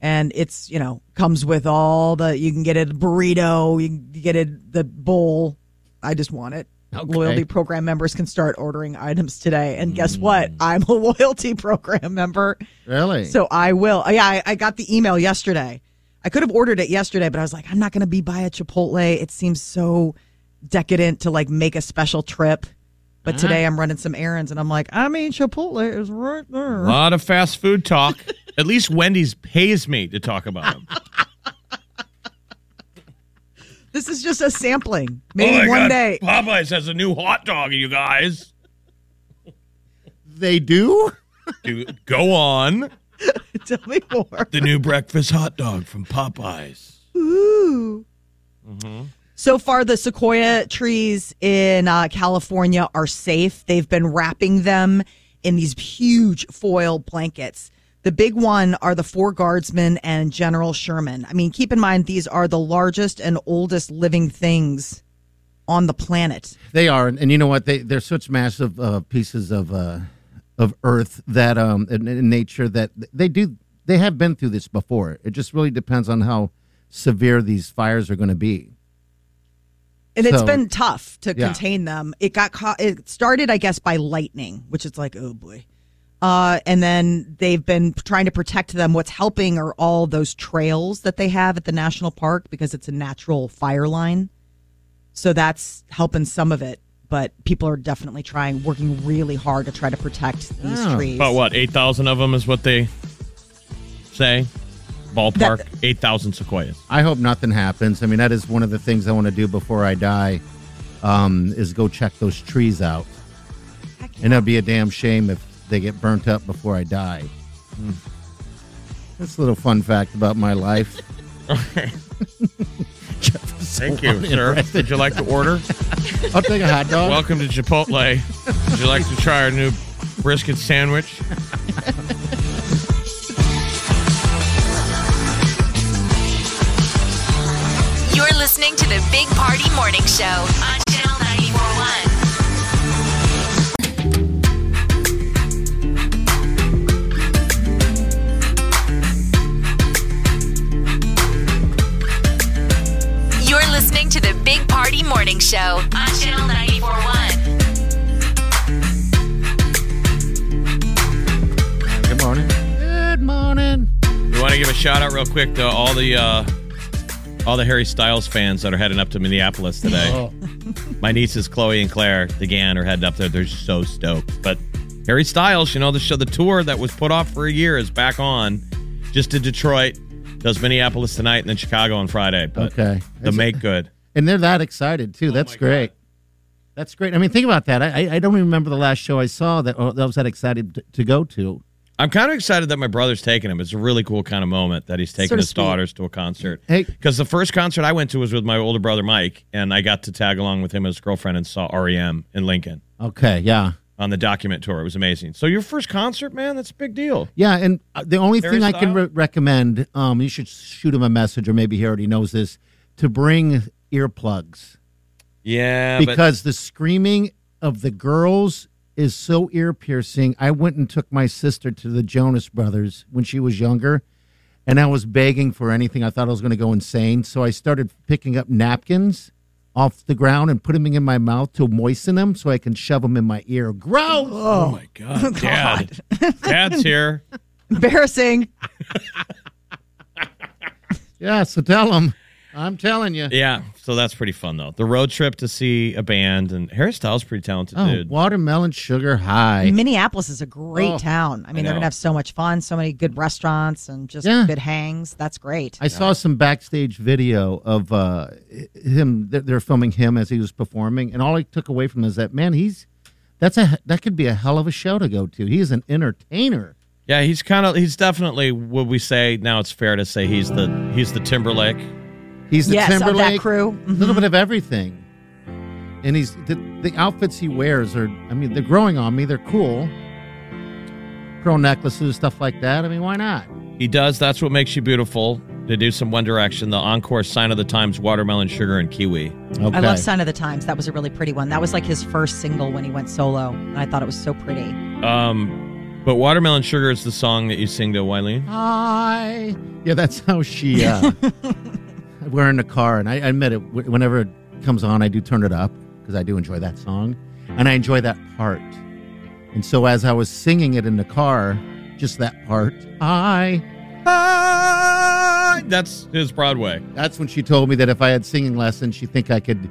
D: And it's, you know, comes with all the, you can get it a burrito, you can get it the bowl. I just want it. Loyalty program members can start ordering items today. And guess what? I'm a loyalty program member.
B: Really?
D: So I will. Yeah, I, I got the email yesterday. I could have ordered it yesterday, but I was like, I'm not going to be by a Chipotle. It seems so decadent to like make a special trip. But today I'm running some errands and I'm like, I mean, Chipotle is right there.
C: A lot of fast food talk. At least Wendy's pays me to talk about them.
D: This is just a sampling. Maybe one day.
C: Popeyes has a new hot dog, you guys.
B: they do?
C: Dude, go on.
D: Tell me more.
C: The new breakfast hot dog from Popeyes.
D: Ooh. So far, the sequoia trees in uh, California are safe. They've been wrapping them in these huge foil blankets. The big one are the four guardsmen and General Sherman. I mean, keep in mind, these are the largest and oldest living things on the planet.
B: They are, and, and you know what? They they're such massive uh, pieces of uh, of Earth that um in, in nature that they do they have been through this before. It just really depends on how severe these fires are going to be.
D: And it's
B: So-
D: been tough to
B: Yeah.
D: contain them. It got caught. It started, I guess, by lightning, which is like, oh boy. Uh, and then they've been trying to protect them. What's helping are all those trails that they have at the national park because it's a natural fire line. So that's helping some of it. But people are definitely trying, working really hard to try to protect these
B: Yeah.
D: trees.
C: About what? 8,000 of them is what they say? Ballpark, 8,000 sequoias.
B: I hope nothing happens. I mean, that is one of the things I want to do before I die, um, is go check those trees out. And that'd be a damn shame if they get burnt up before I die. Hmm. That's a little fun fact about my life.
C: Thank you, sir. Would you like to order?
B: I'll take a hot dog.
C: Welcome to Chipotle. Would you like to try our new brisket sandwich?
A: You're listening to the Big Party Morning Show on Channel 941. You're listening to the Big Party Morning Show on Channel 941.
B: Good morning. Good morning.
C: We want to give a shout out real quick to all the uh, all the Harry Styles fans that are heading up to Minneapolis today. My nieces Chloe and Claire DeGan are heading up there. They're so stoked. But Harry Styles, you know, the show, the tour that was put off for a year is back on. Just to Detroit, does Minneapolis tonight, and then Chicago on Friday. But
B: Okay.
C: the make good.
B: And they're that excited
C: Oh,
B: too. That's great. That's great. I mean, think about that. I, I- I don't even remember the last show I saw that oh, that I was that excited to- to go to.
C: I'm kind of excited that my brother's taking him. It's a really cool kind of moment that he's taking
D: Sort of
C: his
D: sweet.
C: daughters to a concert.
B: Hey.
C: because the first concert I went to was with my older brother Mike, and I got to tag along with him and his girlfriend and saw REM in Lincoln
B: Okay, yeah,
C: on the document tour. It was amazing. So your first concert, man, that's a big deal.
B: yeah. And uh, the only
C: Harry
B: thing I can
C: Styles?
B: re- recommend, um, you should shoot him a message, or maybe he already knows this, to bring earplugs
C: Yeah,
B: because the screaming of the girls is so ear piercing. I went and took my sister to the Jonas Brothers when she was younger. And I was begging for anything. I thought I was going to go insane. So I started picking up napkins off the ground and putting them in my mouth to moisten them so I can shove them in my ear. Gross!
C: oh my god, Dad, Dad's here.
D: Embarrassing.
B: Yeah, so tell them. I'm telling you.
C: Yeah, so that's pretty fun though. The road trip to see a band and Harry Styles, pretty talented
B: Oh,
C: dude.
B: watermelon sugar high.
D: Minneapolis is a great
B: Oh,
D: town. I mean, they're
C: know.
D: going to have so much fun, so many good restaurants and just
B: Yeah.
D: good hangs. That's great.
B: I saw some backstage video of uh, him. They're they're filming him as he was performing, and all I took away from is that man, he's that's a that could be a hell of a show to go to. He is an entertainer.
C: Yeah, he's kind of he's definitely what we say now. It's fair to say he's the he's the Timberlake.
B: He's the
D: yes, of
B: Timberlake,
D: that crew. Mm-hmm.
B: a little bit of everything, and he's the, the outfits he wears are. I mean, they're growing on me. They're cool. Pearl necklaces, stuff like that. I mean, why not?
C: He does. That's what makes you beautiful. to do some One Direction, the encore sign of the times, watermelon, sugar, and kiwi.
B: Okay.
D: I love Sign of the Times. That was a really pretty one. That was like his first single when he went solo. And I thought it was so pretty.
C: Um, but watermelon sugar is the song that you sing to Wileen.
B: Hi. Yeah, that's how she. Uh, we're in the car, and I, I admit it. wh- Whenever it comes on, I do turn it up because I do enjoy that song, and I enjoy that part. And so, as I was singing it in the car, just that part, I.
C: Ah, that's his Broadway.
B: That's when she told me that if I had singing lessons, she'd think I could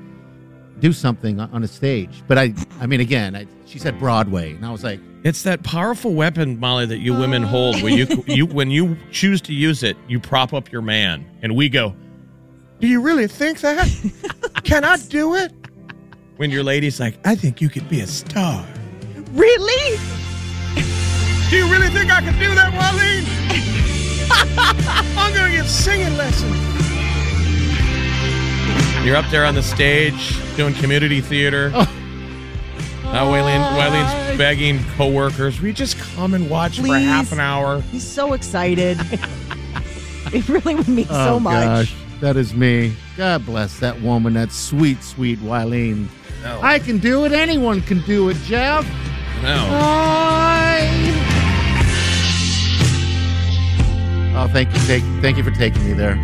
B: do something on- on a stage. But I, I mean, again, I, she said Broadway, and I was like,
C: It's that powerful weapon, Molly, that you women hold. When you, you when you choose to use it, you prop up your man, and we go. Do you really think that? Can I do it? When your lady's like, I think you could be a star.
D: Really?
C: Do you really think I can do that, Wileen? I'm gonna get singing lessons. You're up there on the stage doing community theater. Now Wileen, Wileen's begging coworkers, "We just come and watch for
D: Please.
C: half an hour?"
D: He's so excited. it really would mean so
B: oh,
D: much.
B: gosh, that is me. God bless that woman, that sweet, sweet Wileen.
C: No,
B: I can do it. Anyone can do it, Jeff.
C: no.
B: I. Oh, thank you, thank, thank you for taking me there.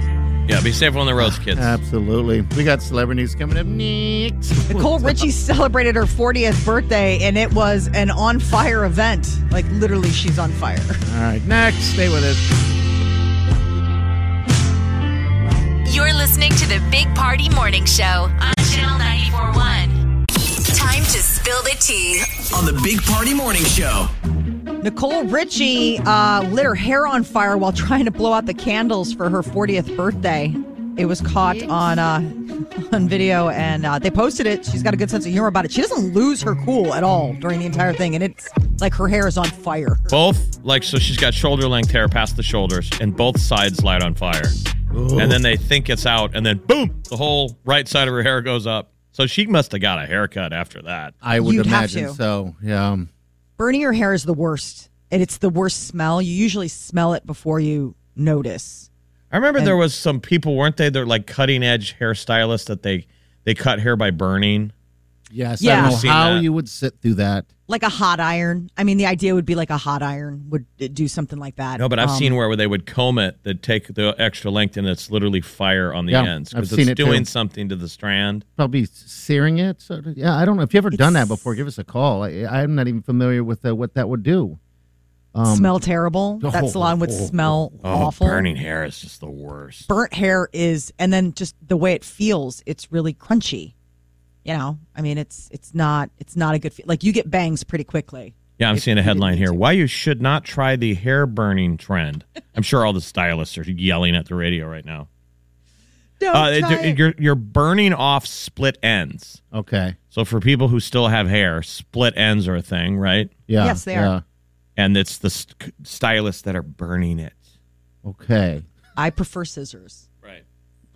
C: Yeah, be safe on the roads, kids.
B: Uh, Absolutely. We got celebrity news coming up next.
D: Nicole Richie celebrated her 40th birthday, and it was an on fire event. Like, literally, she's on fire.
B: All right, next. Stay with us.
A: You're listening to the Big Party Morning Show on Channel 941. Time to spill the tea.
F: On the Big Party Morning Show.
D: Nicole Richie uh, lit her hair on fire while trying to blow out the candles for her 40th birthday. It was caught on uh, on video, and uh, they posted it. She's got a good sense of humor about it. She doesn't lose her cool at all during the entire thing, and it's like her hair is on fire.
C: Both like so, she's got shoulder length hair past the shoulders, and both sides light on fire. And then they think it's out, and then boom, the whole right side of her hair goes up. So she must have got a haircut after that.
B: I would
D: You'd have
B: imagine
D: to.
B: so. Yeah. um,
D: Burning your hair is the worst, and it's the worst smell. You usually smell it before you notice.
C: I remember there was some people, weren't they? They're like cutting edge hairstylists that they they cut hair by burning.
B: Yes.
D: Yeah.
B: I
D: I've
B: don't
C: seen
B: know how
C: that.
B: you would sit through that.
D: Like a hot iron. I mean, the idea would be like a hot iron would uh, do something like that.
C: No, but I've
D: Um,
C: seen where they would comb it, they'd take the extra length, and it's literally fire on the
B: Yeah,
C: ends
B: I've
C: because
B: seen
C: it's
B: it too.
C: doing something to the strand.
B: Probably searing it. So, yeah. I don't know if you ever done that
D: It's-
B: before. Give us a call. I, I'm not even familiar with uh, what that would do.
D: smell terrible. that
B: oh,
D: salon would
B: oh,
D: smell awful.
C: Um, burning hair is just the worst.
D: Burnt hair is, and then just the way it feels, it's really crunchy. You know, I mean, it's it's not it's not a good feel. Like you get bangs pretty quickly.
C: Yeah, I'm
D: If
C: seeing a
D: you didn't
C: headline
D: need
C: here:
D: to.
C: Why you should not try the hair burning trend. I'm sure all the stylists are yelling at the radio right now.
D: Don't
C: Uh,
D: try it.
C: you're you're burning off split ends.
B: Okay.
C: So for people who still have hair, split ends are a thing, right?
B: Yeah.
D: Yes, they are.
B: yeah.
C: and it's the st- stylists that are burning it.
B: Okay.
D: I prefer scissors
C: Right.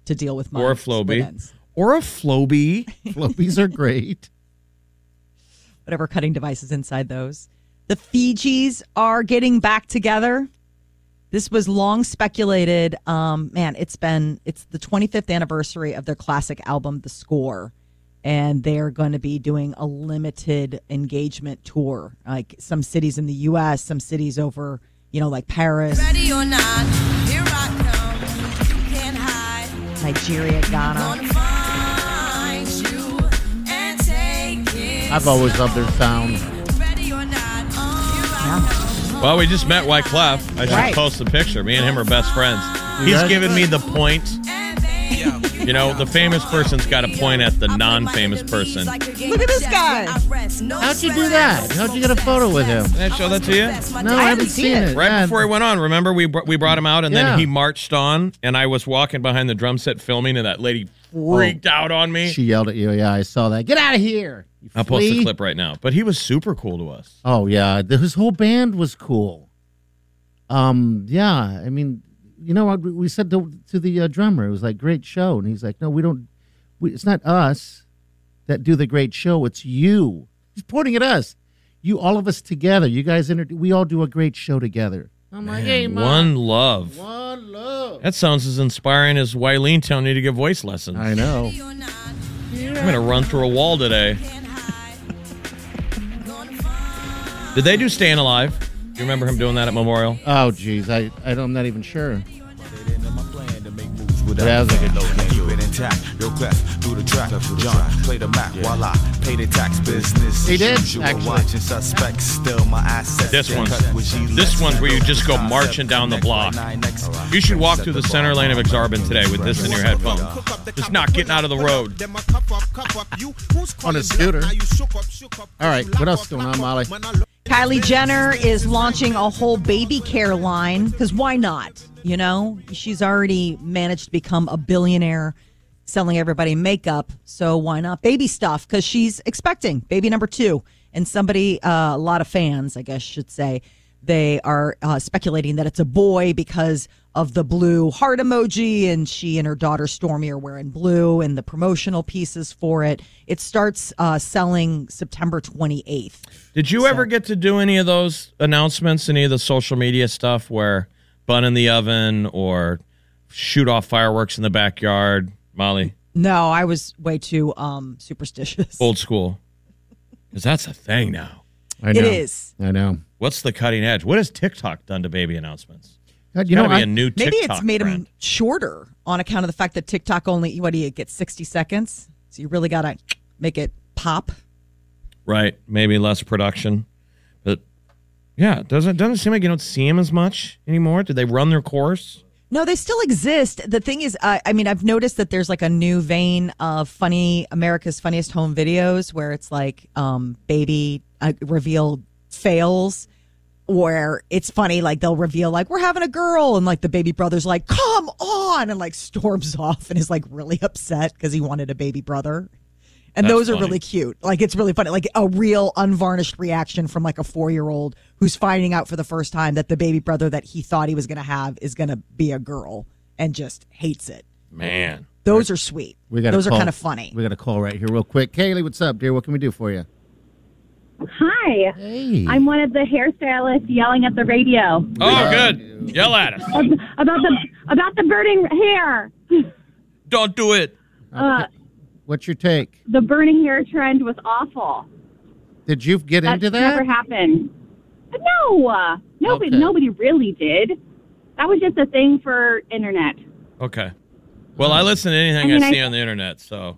D: to deal with my
C: Or a
D: split
C: Flowbee.
D: ends.
C: Or a Floby.
B: Floppies are great.
D: whatever cutting devices inside those. The Fijis are getting back together. This was long speculated. Um, man, it's been it's the 25th anniversary of their classic album, The Score, and they are going to be doing a limited engagement tour, like some cities in the U.S., some cities over, you know, like Paris,
G: Ready or not, here I come. You can't hide.
D: Nigeria, Ghana.
G: Gonna find you and take it.
B: I've always loved their sound.
G: Ready or not, here I
C: Well, we just met Wyclef. I should
D: Right.
C: post the picture. Me and him are best friends. He's
B: guys-
C: giving me the point. You know, the famous person's got a point at the non-famous person.
G: Look
D: at this guy.
B: How'd you do that? How'd you get a photo with him?
C: Did I show that to you?
B: No, I haven't seen it.
C: Right
B: Yeah.
C: before he went on, remember we br- we brought him out, and
B: Yeah.
C: then he marched on, and I was walking behind the drum set filming, and that lady freaked out on me.
B: She yelled at you. Yeah, I saw that. Get out of here. you
C: I'll post
B: flea.
C: the clip right now. But he was super cool to us.
B: Oh yeah, The- his whole band was cool. Um, yeah, I mean, you know what we- we said to, to the uh, drummer? It was like great show, and he's like, no, we don't. We, it's not us that do the great show. It's you. He's pointing at us. You, all of us together. You guys, inter- we all do a great show together. I'm like, hey, mom.
C: One love.
B: One love.
C: That sounds as inspiring as Wileen telling me to give voice lessons.
B: I know.
H: You're not,
C: I'm going to run through a wall today.
H: can't hide. Gonna find
C: Did they do Staying Alive? Do you remember him doing that at Memorial?
B: Oh, geez. I, I don't, I'm not even sure.
F: That was a good
B: low-key.
F: Keep it intact, real clef, do the track, John, play the Mac, while I pay the tax business.
B: He did,
F: as usual,
B: actually.
F: Watching suspects, still my assets.
C: This
F: get
C: one's-
F: cut with Gillette.
C: this one's where you just go
F: Concept,
C: marching down the
F: connect
C: block.
F: like 9X.
C: You should walk through the center lane of Exarban today with this in your headphone. Just not getting out of the road.
B: On a scooter. All right, what else going on, Molly?
D: Kylie Jenner is launching a whole baby care line because why not? You know, she's already managed to become a billionaire selling everybody makeup. So why not baby stuff? Because she's expecting baby number two. And somebody, uh, a lot of fans, I guess, should say, they are uh, speculating that it's a boy because of the blue heart emoji. And she and her daughter Stormy are wearing blue and the promotional pieces for it. It starts uh, selling September 28th.
C: Did you ever get to do any of those announcements, any of the social media stuff where bun in the oven or shoot off fireworks in the backyard? Molly,
D: No, I was way too um superstitious.
C: old school. Because that's a thing now.
B: I know.
D: It is.
B: I know.
C: What's the cutting edge? What has TikTok done to baby announcements?
B: God, you
C: You
B: know,
C: know, be
B: I-
C: a new TikTok
D: Maybe it's made
C: trend.
D: them shorter on account of the fact that TikTok only what do you get 60 seconds? So you really got to make it pop.
C: right? Maybe less production, but yeah, it doesn't doesn't seem like you don't see them as much anymore. Did they run their course?
D: No, they still exist. The thing is, I I mean, I've noticed that there's like a new vein of funny America's Funniest Home Videos where it's like um, baby uh, reveal fails, where it's funny. Like they'll reveal like we're having a girl, and like the baby brother's like, "Come on!" and like storms off and is like really upset because he wanted a baby brother. And
C: That's
D: those are
C: funny.
D: really cute. Like it's really funny. Like a real unvarnished reaction from like a four year old who's finding out for the first time that the baby brother that he thought he was gonna have is gonna be a girl and just hates it.
C: Man,
D: Those are sweet.
B: we got a
D: those are
B: call.
D: kind of funny.
B: We got a call right here, real quick. Kaylee, what's up, dear? What can we do for you?
A: Hi.
B: Hey.
A: I'm one of the hairstylists yelling at the radio
C: oh good, yell at us!
A: ab- about the about the burning hair.
C: Don't do it.
A: Uh,
B: What's your take?
A: the burning hair trend was awful.
B: Did you get
A: That
B: into that?
A: never happened. No, uh, nobody
B: Okay.
A: nobody really did. That was just a thing for internet.
C: Okay, well I listen to anything I,
A: I mean, I-
C: see on the internet, so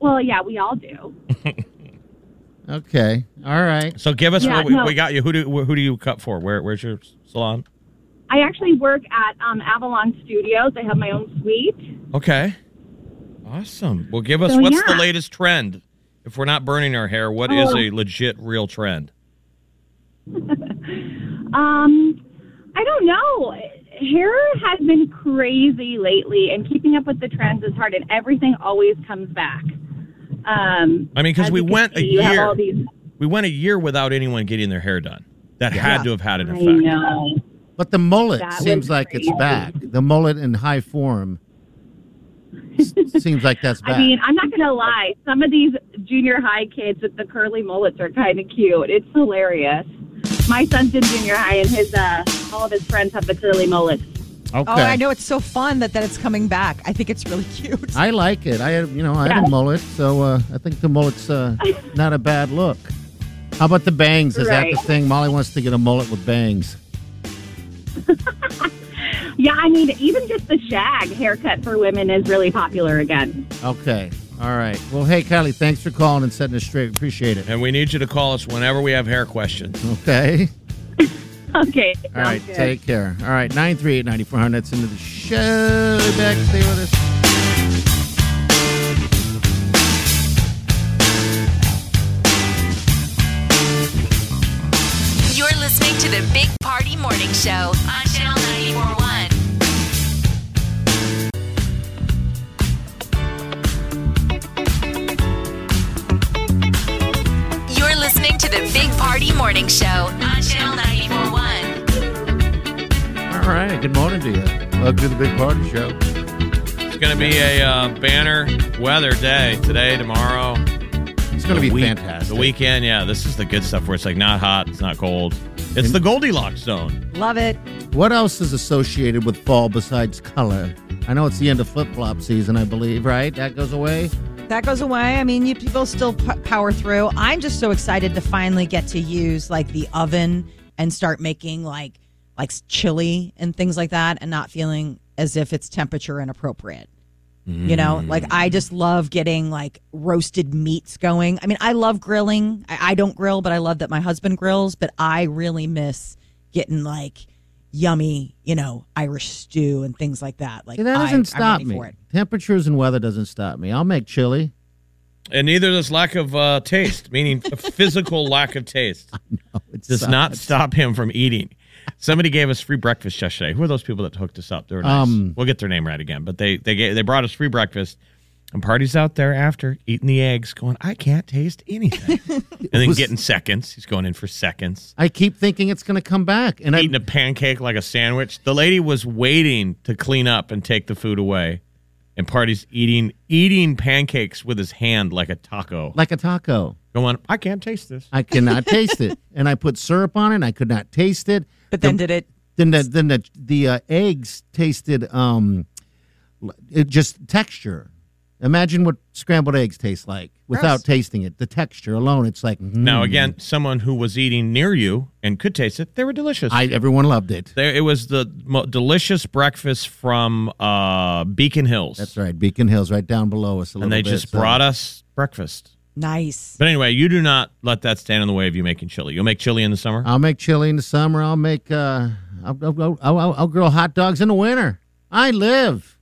A: Well, yeah, we all do.
B: okay. All right.
C: so give us
A: Yeah,
C: what we,
A: no.
C: we got you. Who do who do you cut for? Where where's your salon?
A: I actually work at um, Avalon Studios. I have my own suite.
C: Okay, awesome. Well, give us
A: So,
C: what's the
A: yeah.
C: latest trend. If we're not burning our hair, what is
A: Oh.
C: a legit real trend?
A: Um, I don't know. Hair has been crazy lately, and keeping up with the trends is hard, and everything always comes back. Um,
C: I mean, 'cause
A: as
C: we
A: you can
C: went a
A: see, you have
C: year.
A: all these-
C: We went a year without anyone getting their hair done. That had to have had an
A: I
C: effect.
A: know.
B: But the mullet
A: That
B: seems
A: was
B: like
A: crazy.
B: it's back. The mullet in high form s- seems like that's back.
A: I mean, I'm not gonna lie. Some of these junior high kids with the curly mullets are kind of cute. It's hilarious. My son's in junior high, and his uh, all of his friends have the curly mullets.
B: okay.
D: Oh, I know it's so fun that that it's coming back. I think it's really cute.
B: I like it. I had, you know, I had a
A: Yeah.
B: mullet, so uh, I think the mullet's uh, not a bad look. How about the bangs? Is that the
A: Right.
B: thing? Molly wants to get a mullet with bangs.
A: Yeah, I mean, even just the shag haircut for women is really popular again.
B: Okay. All right. Well, hey, Kylie, thanks for calling and setting us straight. Appreciate it.
C: And we need you to call us whenever we have hair questions.
B: Okay.
A: Okay.
B: All right.
A: sounds good.
B: Take care. All right. 938 9400. That's into the show. Be Back. Stay with us.
I: You're listening to the Big Party Morning Show on Channel 941. You're listening to the Big Party Morning Show on Channel 941.
B: All right. Good morning to you. Welcome to the Big Party Show.
C: It's going to be a uh, banner weather day today, tomorrow.
B: It's going to be
C: The week-
B: fantastic.
C: The weekend, yeah. This is the good stuff where it's like not hot, it's not cold. It's the Goldilocks zone.
D: Love it.
B: What else is associated with fall besides color? I know it's the end of flip flop season, I believe, right? That goes away.
D: That goes away. I mean, you people still p- power through. I'm just so excited to finally get to use like the oven and start making like like chili and things like that, and not feeling as if it's temperature inappropriate. You know, like
B: Mm.
D: I just love getting like roasted meats going. I mean, I love grilling. I, I don't grill, but I love that my husband grills. But I really miss getting like yummy, you know, Irish stew and things like that. Like
B: See, that
D: I,
B: doesn't
D: I'm
B: stop
D: ready
B: me.
D: for it.
B: Temperatures and weather doesn't stop me. I'll make chili.
C: And neither does lack of uh, taste, meaning a physical lack of taste,
B: It
C: does
B: sucks.
C: not stop him from eating. Somebody gave us free breakfast yesterday. Who are those people that hooked us up? They were nice.
B: Um,
C: we'll get their name right again. But they they gave, they brought us free breakfast, and parties out there after eating the eggs, going, I can't taste anything, and then
B: was-
C: getting seconds. He's going in for seconds.
B: I keep thinking it's going to come back, and I
C: eating a pancake like a sandwich. The lady was waiting to clean up and take the food away, and party's eating eating pancakes with his hand like a taco.
B: like a taco.
C: Going, I can't taste this.
B: I cannot taste it, and I put syrup on it. and I could not taste it.
D: But then did it?
B: Then the then the the uh, eggs tasted um, l- it just texture. Imagine what scrambled eggs taste like without
D: Gross.
B: tasting it. The texture alone, it's like mm.
C: Now again, someone who was eating near you and could taste it, they were delicious.
B: I everyone loved it.
C: there, it was the mo- delicious breakfast from uh, Beacon Hills,
B: That's right, Beacon Hills, right down below us. A
C: and they just brought us breakfast.
D: Nice.
C: But anyway, you do not let that stand in the way of you making chili. You'll make chili in the summer.
B: I'll make chili in the summer. I'll make uh, I'll, I'll, I'll, I'll, I'll grill hot dogs in the winter. I live.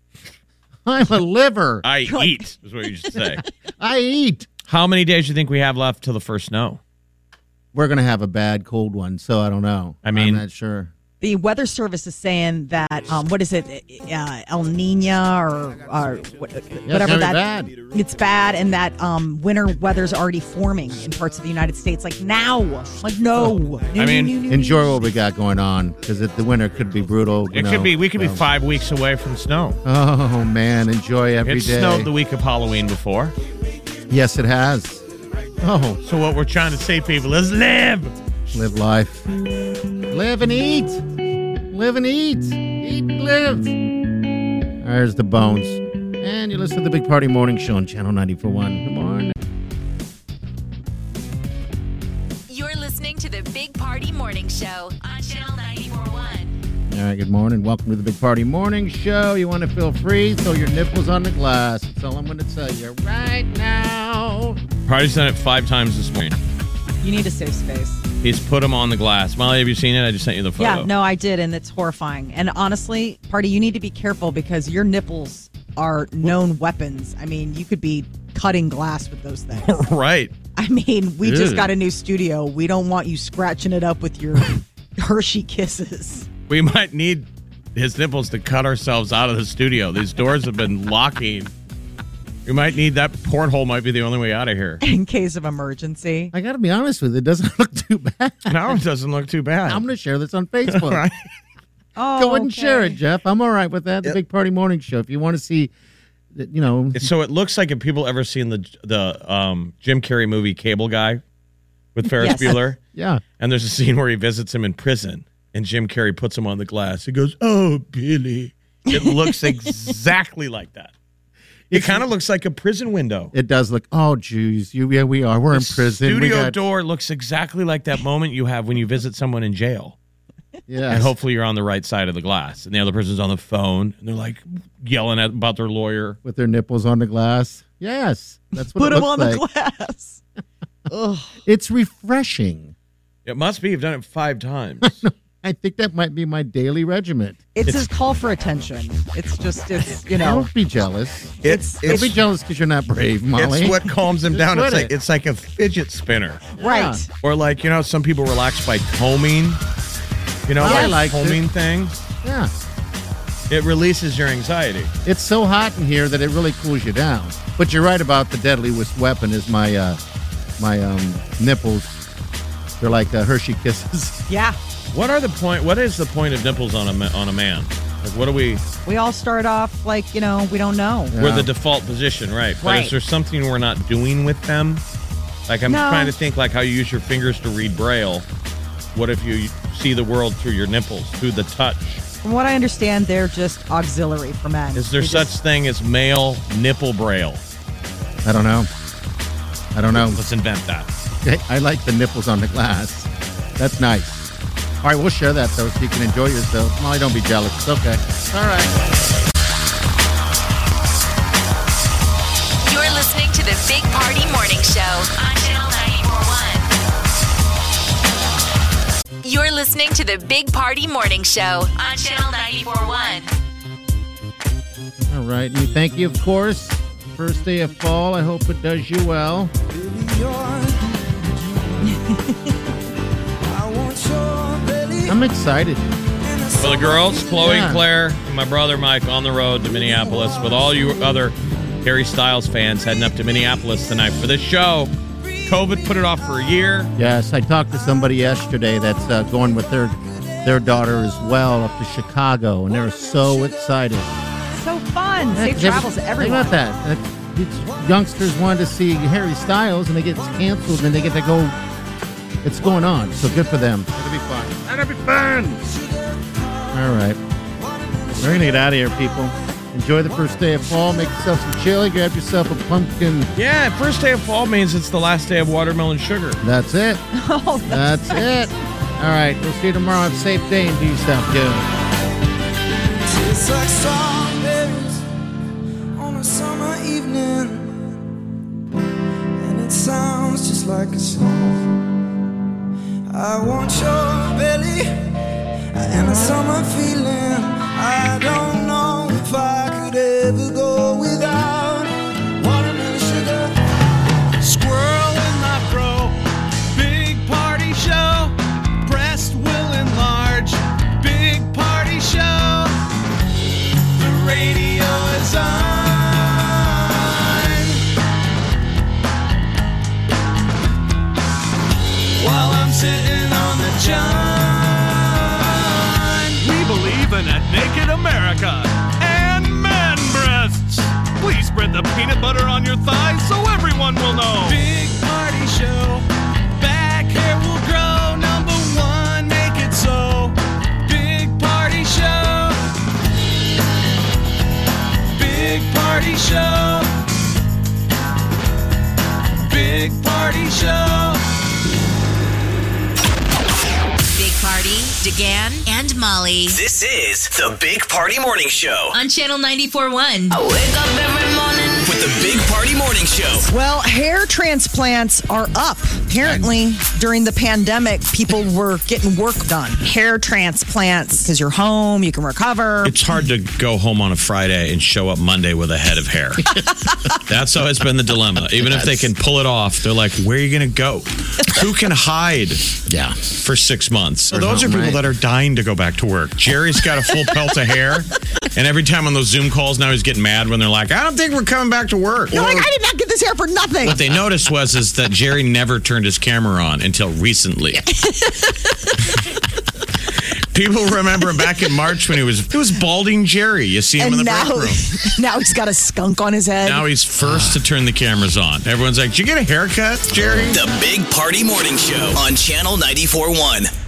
B: I'm a liver.
C: I eat is what you should say.
B: I eat.
C: How many days do you think we have left till the first snow?
B: We're gonna have a bad cold one, so I don't know.
C: I mean-
B: I'm not sure.
D: The weather service is saying that um, what is it, uh, El Nina or, or what, uh, whatever
B: gonna be
D: that.
B: bad.
D: It's bad, and that um, winter weather's already forming in parts of the United States. Like now, like no. No, no,
C: mean,
D: no, no, no.
B: Enjoy what we got going on because the winter could be brutal. you
C: It
B: know,
C: could be. We could be
B: so.
C: five weeks away from snow.
B: Oh man, enjoy every day.
C: It snowed the week of Halloween before.
B: yes, it has. Oh,
C: So what we're trying to say, people, is live.
B: live life, live and eat, live and eat, eat and live. There's the bones, and you listen to the Big Party Morning Show on Channel 94.1. Good morning.
A: You're listening to the Big Party Morning Show on Channel 941.
B: All right, good morning. Welcome to the Big Party Morning Show. You want to feel free? Throw your nipples on the glass. That's all I'm going to tell you right now.
C: Party's done it five times this morning.
D: You need a safe space.
C: He's put him on the glass. Molly, have you seen it? I just sent you the photo.
D: Yeah, no, I did, and it's horrifying. And honestly, party, you need to be careful because your nipples are known weapons. I mean, you could be cutting glass with those things.
C: Right.
D: I mean, we just
C: Ew.
D: got a new studio. We don't want you scratching it up with your Hershey kisses.
C: We might need his nipples to cut ourselves out of the studio. These doors have been locking. We might need that porthole. Might be the only way out of here.
D: in case of emergency.
B: I got to be honest with you, it doesn't look too bad.
C: Now it doesn't look too bad.
B: I'm going to share this on Facebook.
C: Right.
D: Oh,
B: Go ahead and share it,
D: okay.
B: Jeff. I'm all right with that. The Big Party Morning Show. If you want to see, that, you know,
C: So it looks like if people ever seen the the um, Jim Carrey movie Cable Guy with Ferris
D: Yes.
C: Bueller.
B: yeah.
C: And there's a scene where he visits him in prison, and Jim Carrey puts him on the glass. He goes, "Oh, Billy." It looks exactly like that. It kind of looks like a prison window.
B: It does look, oh, geez. You, yeah, we are. We're in prison. we
C: Studio
B: got-
C: door looks exactly like that moment you have when you visit someone in jail,
B: Yes.
C: and hopefully you're on the right side of the glass, and the other person's on the phone, and they're like yelling at about their lawyer.
B: with their nipples on the glass. Yes. That's what
D: Put
B: it
D: them
B: looks
D: on
B: like.
D: the glass. Ugh.
B: It's refreshing.
C: It must be. I've done it five times.
B: I think that might be my daily regiment.
D: It's his call for attention. It's just, it's, you know,
B: Don't be jealous.
C: It's
B: Don't be jealous because you're not brave, Molly.
C: It's what calms them
B: Just
C: down. It's
B: let
C: like
B: it.
C: it's like a fidget spinner,
D: right.
C: or like you know, some people relax by combing. You know,
B: Yes. I
C: like
B: liked it.
C: combing things.
B: Yeah.
C: It releases your anxiety.
B: It's so hot in here that it really cools you down. But you're right about the deadliest weapon is my uh, my um, nipples. They're like uh, Hershey kisses.
D: Yeah.
C: What are the point? What is the point of nipples on a ma- on a man? Like, what are we?
D: We all start off like, you know, we don't know.
C: We're the
B: Yeah.
C: default position, right? But is
D: Right.
C: there something we're not doing with them? Like I'm
D: No.
C: trying to think, like how you use your fingers to read braille. What if you see the world through your nipples, through the touch.
D: From what I understand, they're just auxiliary for men.
C: Is there
D: They
C: such
D: just-
C: thing as male nipple braille?
B: I don't know. I don't know.
C: Let's invent that.
B: Hey, I like the nipples on the glass. That's nice. All right, we'll share that though, so you can enjoy yourself. Molly, don't be jealous. It's okay. All right.
A: You're listening to the Big Party Morning Show on Channel 941. You're listening to the Big Party Morning Show on Channel 941.
B: All right. We thank you, of course. First day of fall. I hope it does you well. I'm excited.
C: For the girls, Chloe,
B: Yeah.
C: Claire, and my brother Mike on the road to Minneapolis with all you other Harry Styles fans heading up to Minneapolis tonight for this show. COVID put it off for a year.
B: Yes, I talked to somebody yesterday that's uh, going with their their daughter as well up to Chicago, and they're so excited.
D: So fun. Safe
B: Think
D: travels to everyone.
B: about that. That- it's- Youngsters wanted to see Harry Styles, and they get canceled, and they get to go. It's going on, so good for them. It'll be fun. It'll be fun. All right, we're gonna get out of here, people. Enjoy the first day of fall. Make yourself some chili. Grab yourself a pumpkin.
C: Yeah, first day of fall means it's the last day of watermelon sugar.
B: That's it. that's it. All right, we'll see you tomorrow. Have a safe day and do yourself good.
E: Tastes like strawberries on a summer evening, and it sounds just like a song. I want your belly and a summer feeling. I don't know if I could ever go without watermelon sugar. Squirrel in my bro, big party show. Breast will enlarge, big party show. The radio is on. While I'm sitting on the john.
J: We believe in a naked America and man breasts. Please spread the peanut butter on your thighs so everyone will know.
E: Big party show. Back hair will grow. Number one, make it so. Big party show. Big party show. Big party show.
A: Big Party, DeGan, and Molly
F: This is the Big Party Morning Show
A: on Channel 941.
F: wake up every morning with the Big Party Morning Show.
D: Well, hair transplants are up. Apparently, during the pandemic, people were getting work done. Hair transplants because you're home, you can recover.
K: It's hard to go home on a Friday and show up Monday with a head of hair. That's always been the dilemma. Even if they can pull it off, they're like, where are you going to go? Who can hide
B: Yeah.
K: for six months? So
B: Or
K: those are
B: home,
K: people
B: right.
K: that are dying to go back to work. Jerry's got a full pelt of hair. And every time on those Zoom calls now, he's getting mad when they're like, I don't think we're coming back to work.
D: You're like, I did not get this hair for nothing.
K: What they noticed was is that Jerry never turned his camera on until recently. People remember him back in March when he was it was balding Jerry. You see him in
D: And
K: the
D: now,
K: break room.
D: now he's got a skunk on his head.
K: Now he's first to turn the cameras on. Everyone's like, "Did you get a haircut, Jerry?"
F: The Big Party Morning Show on Channel 94.1.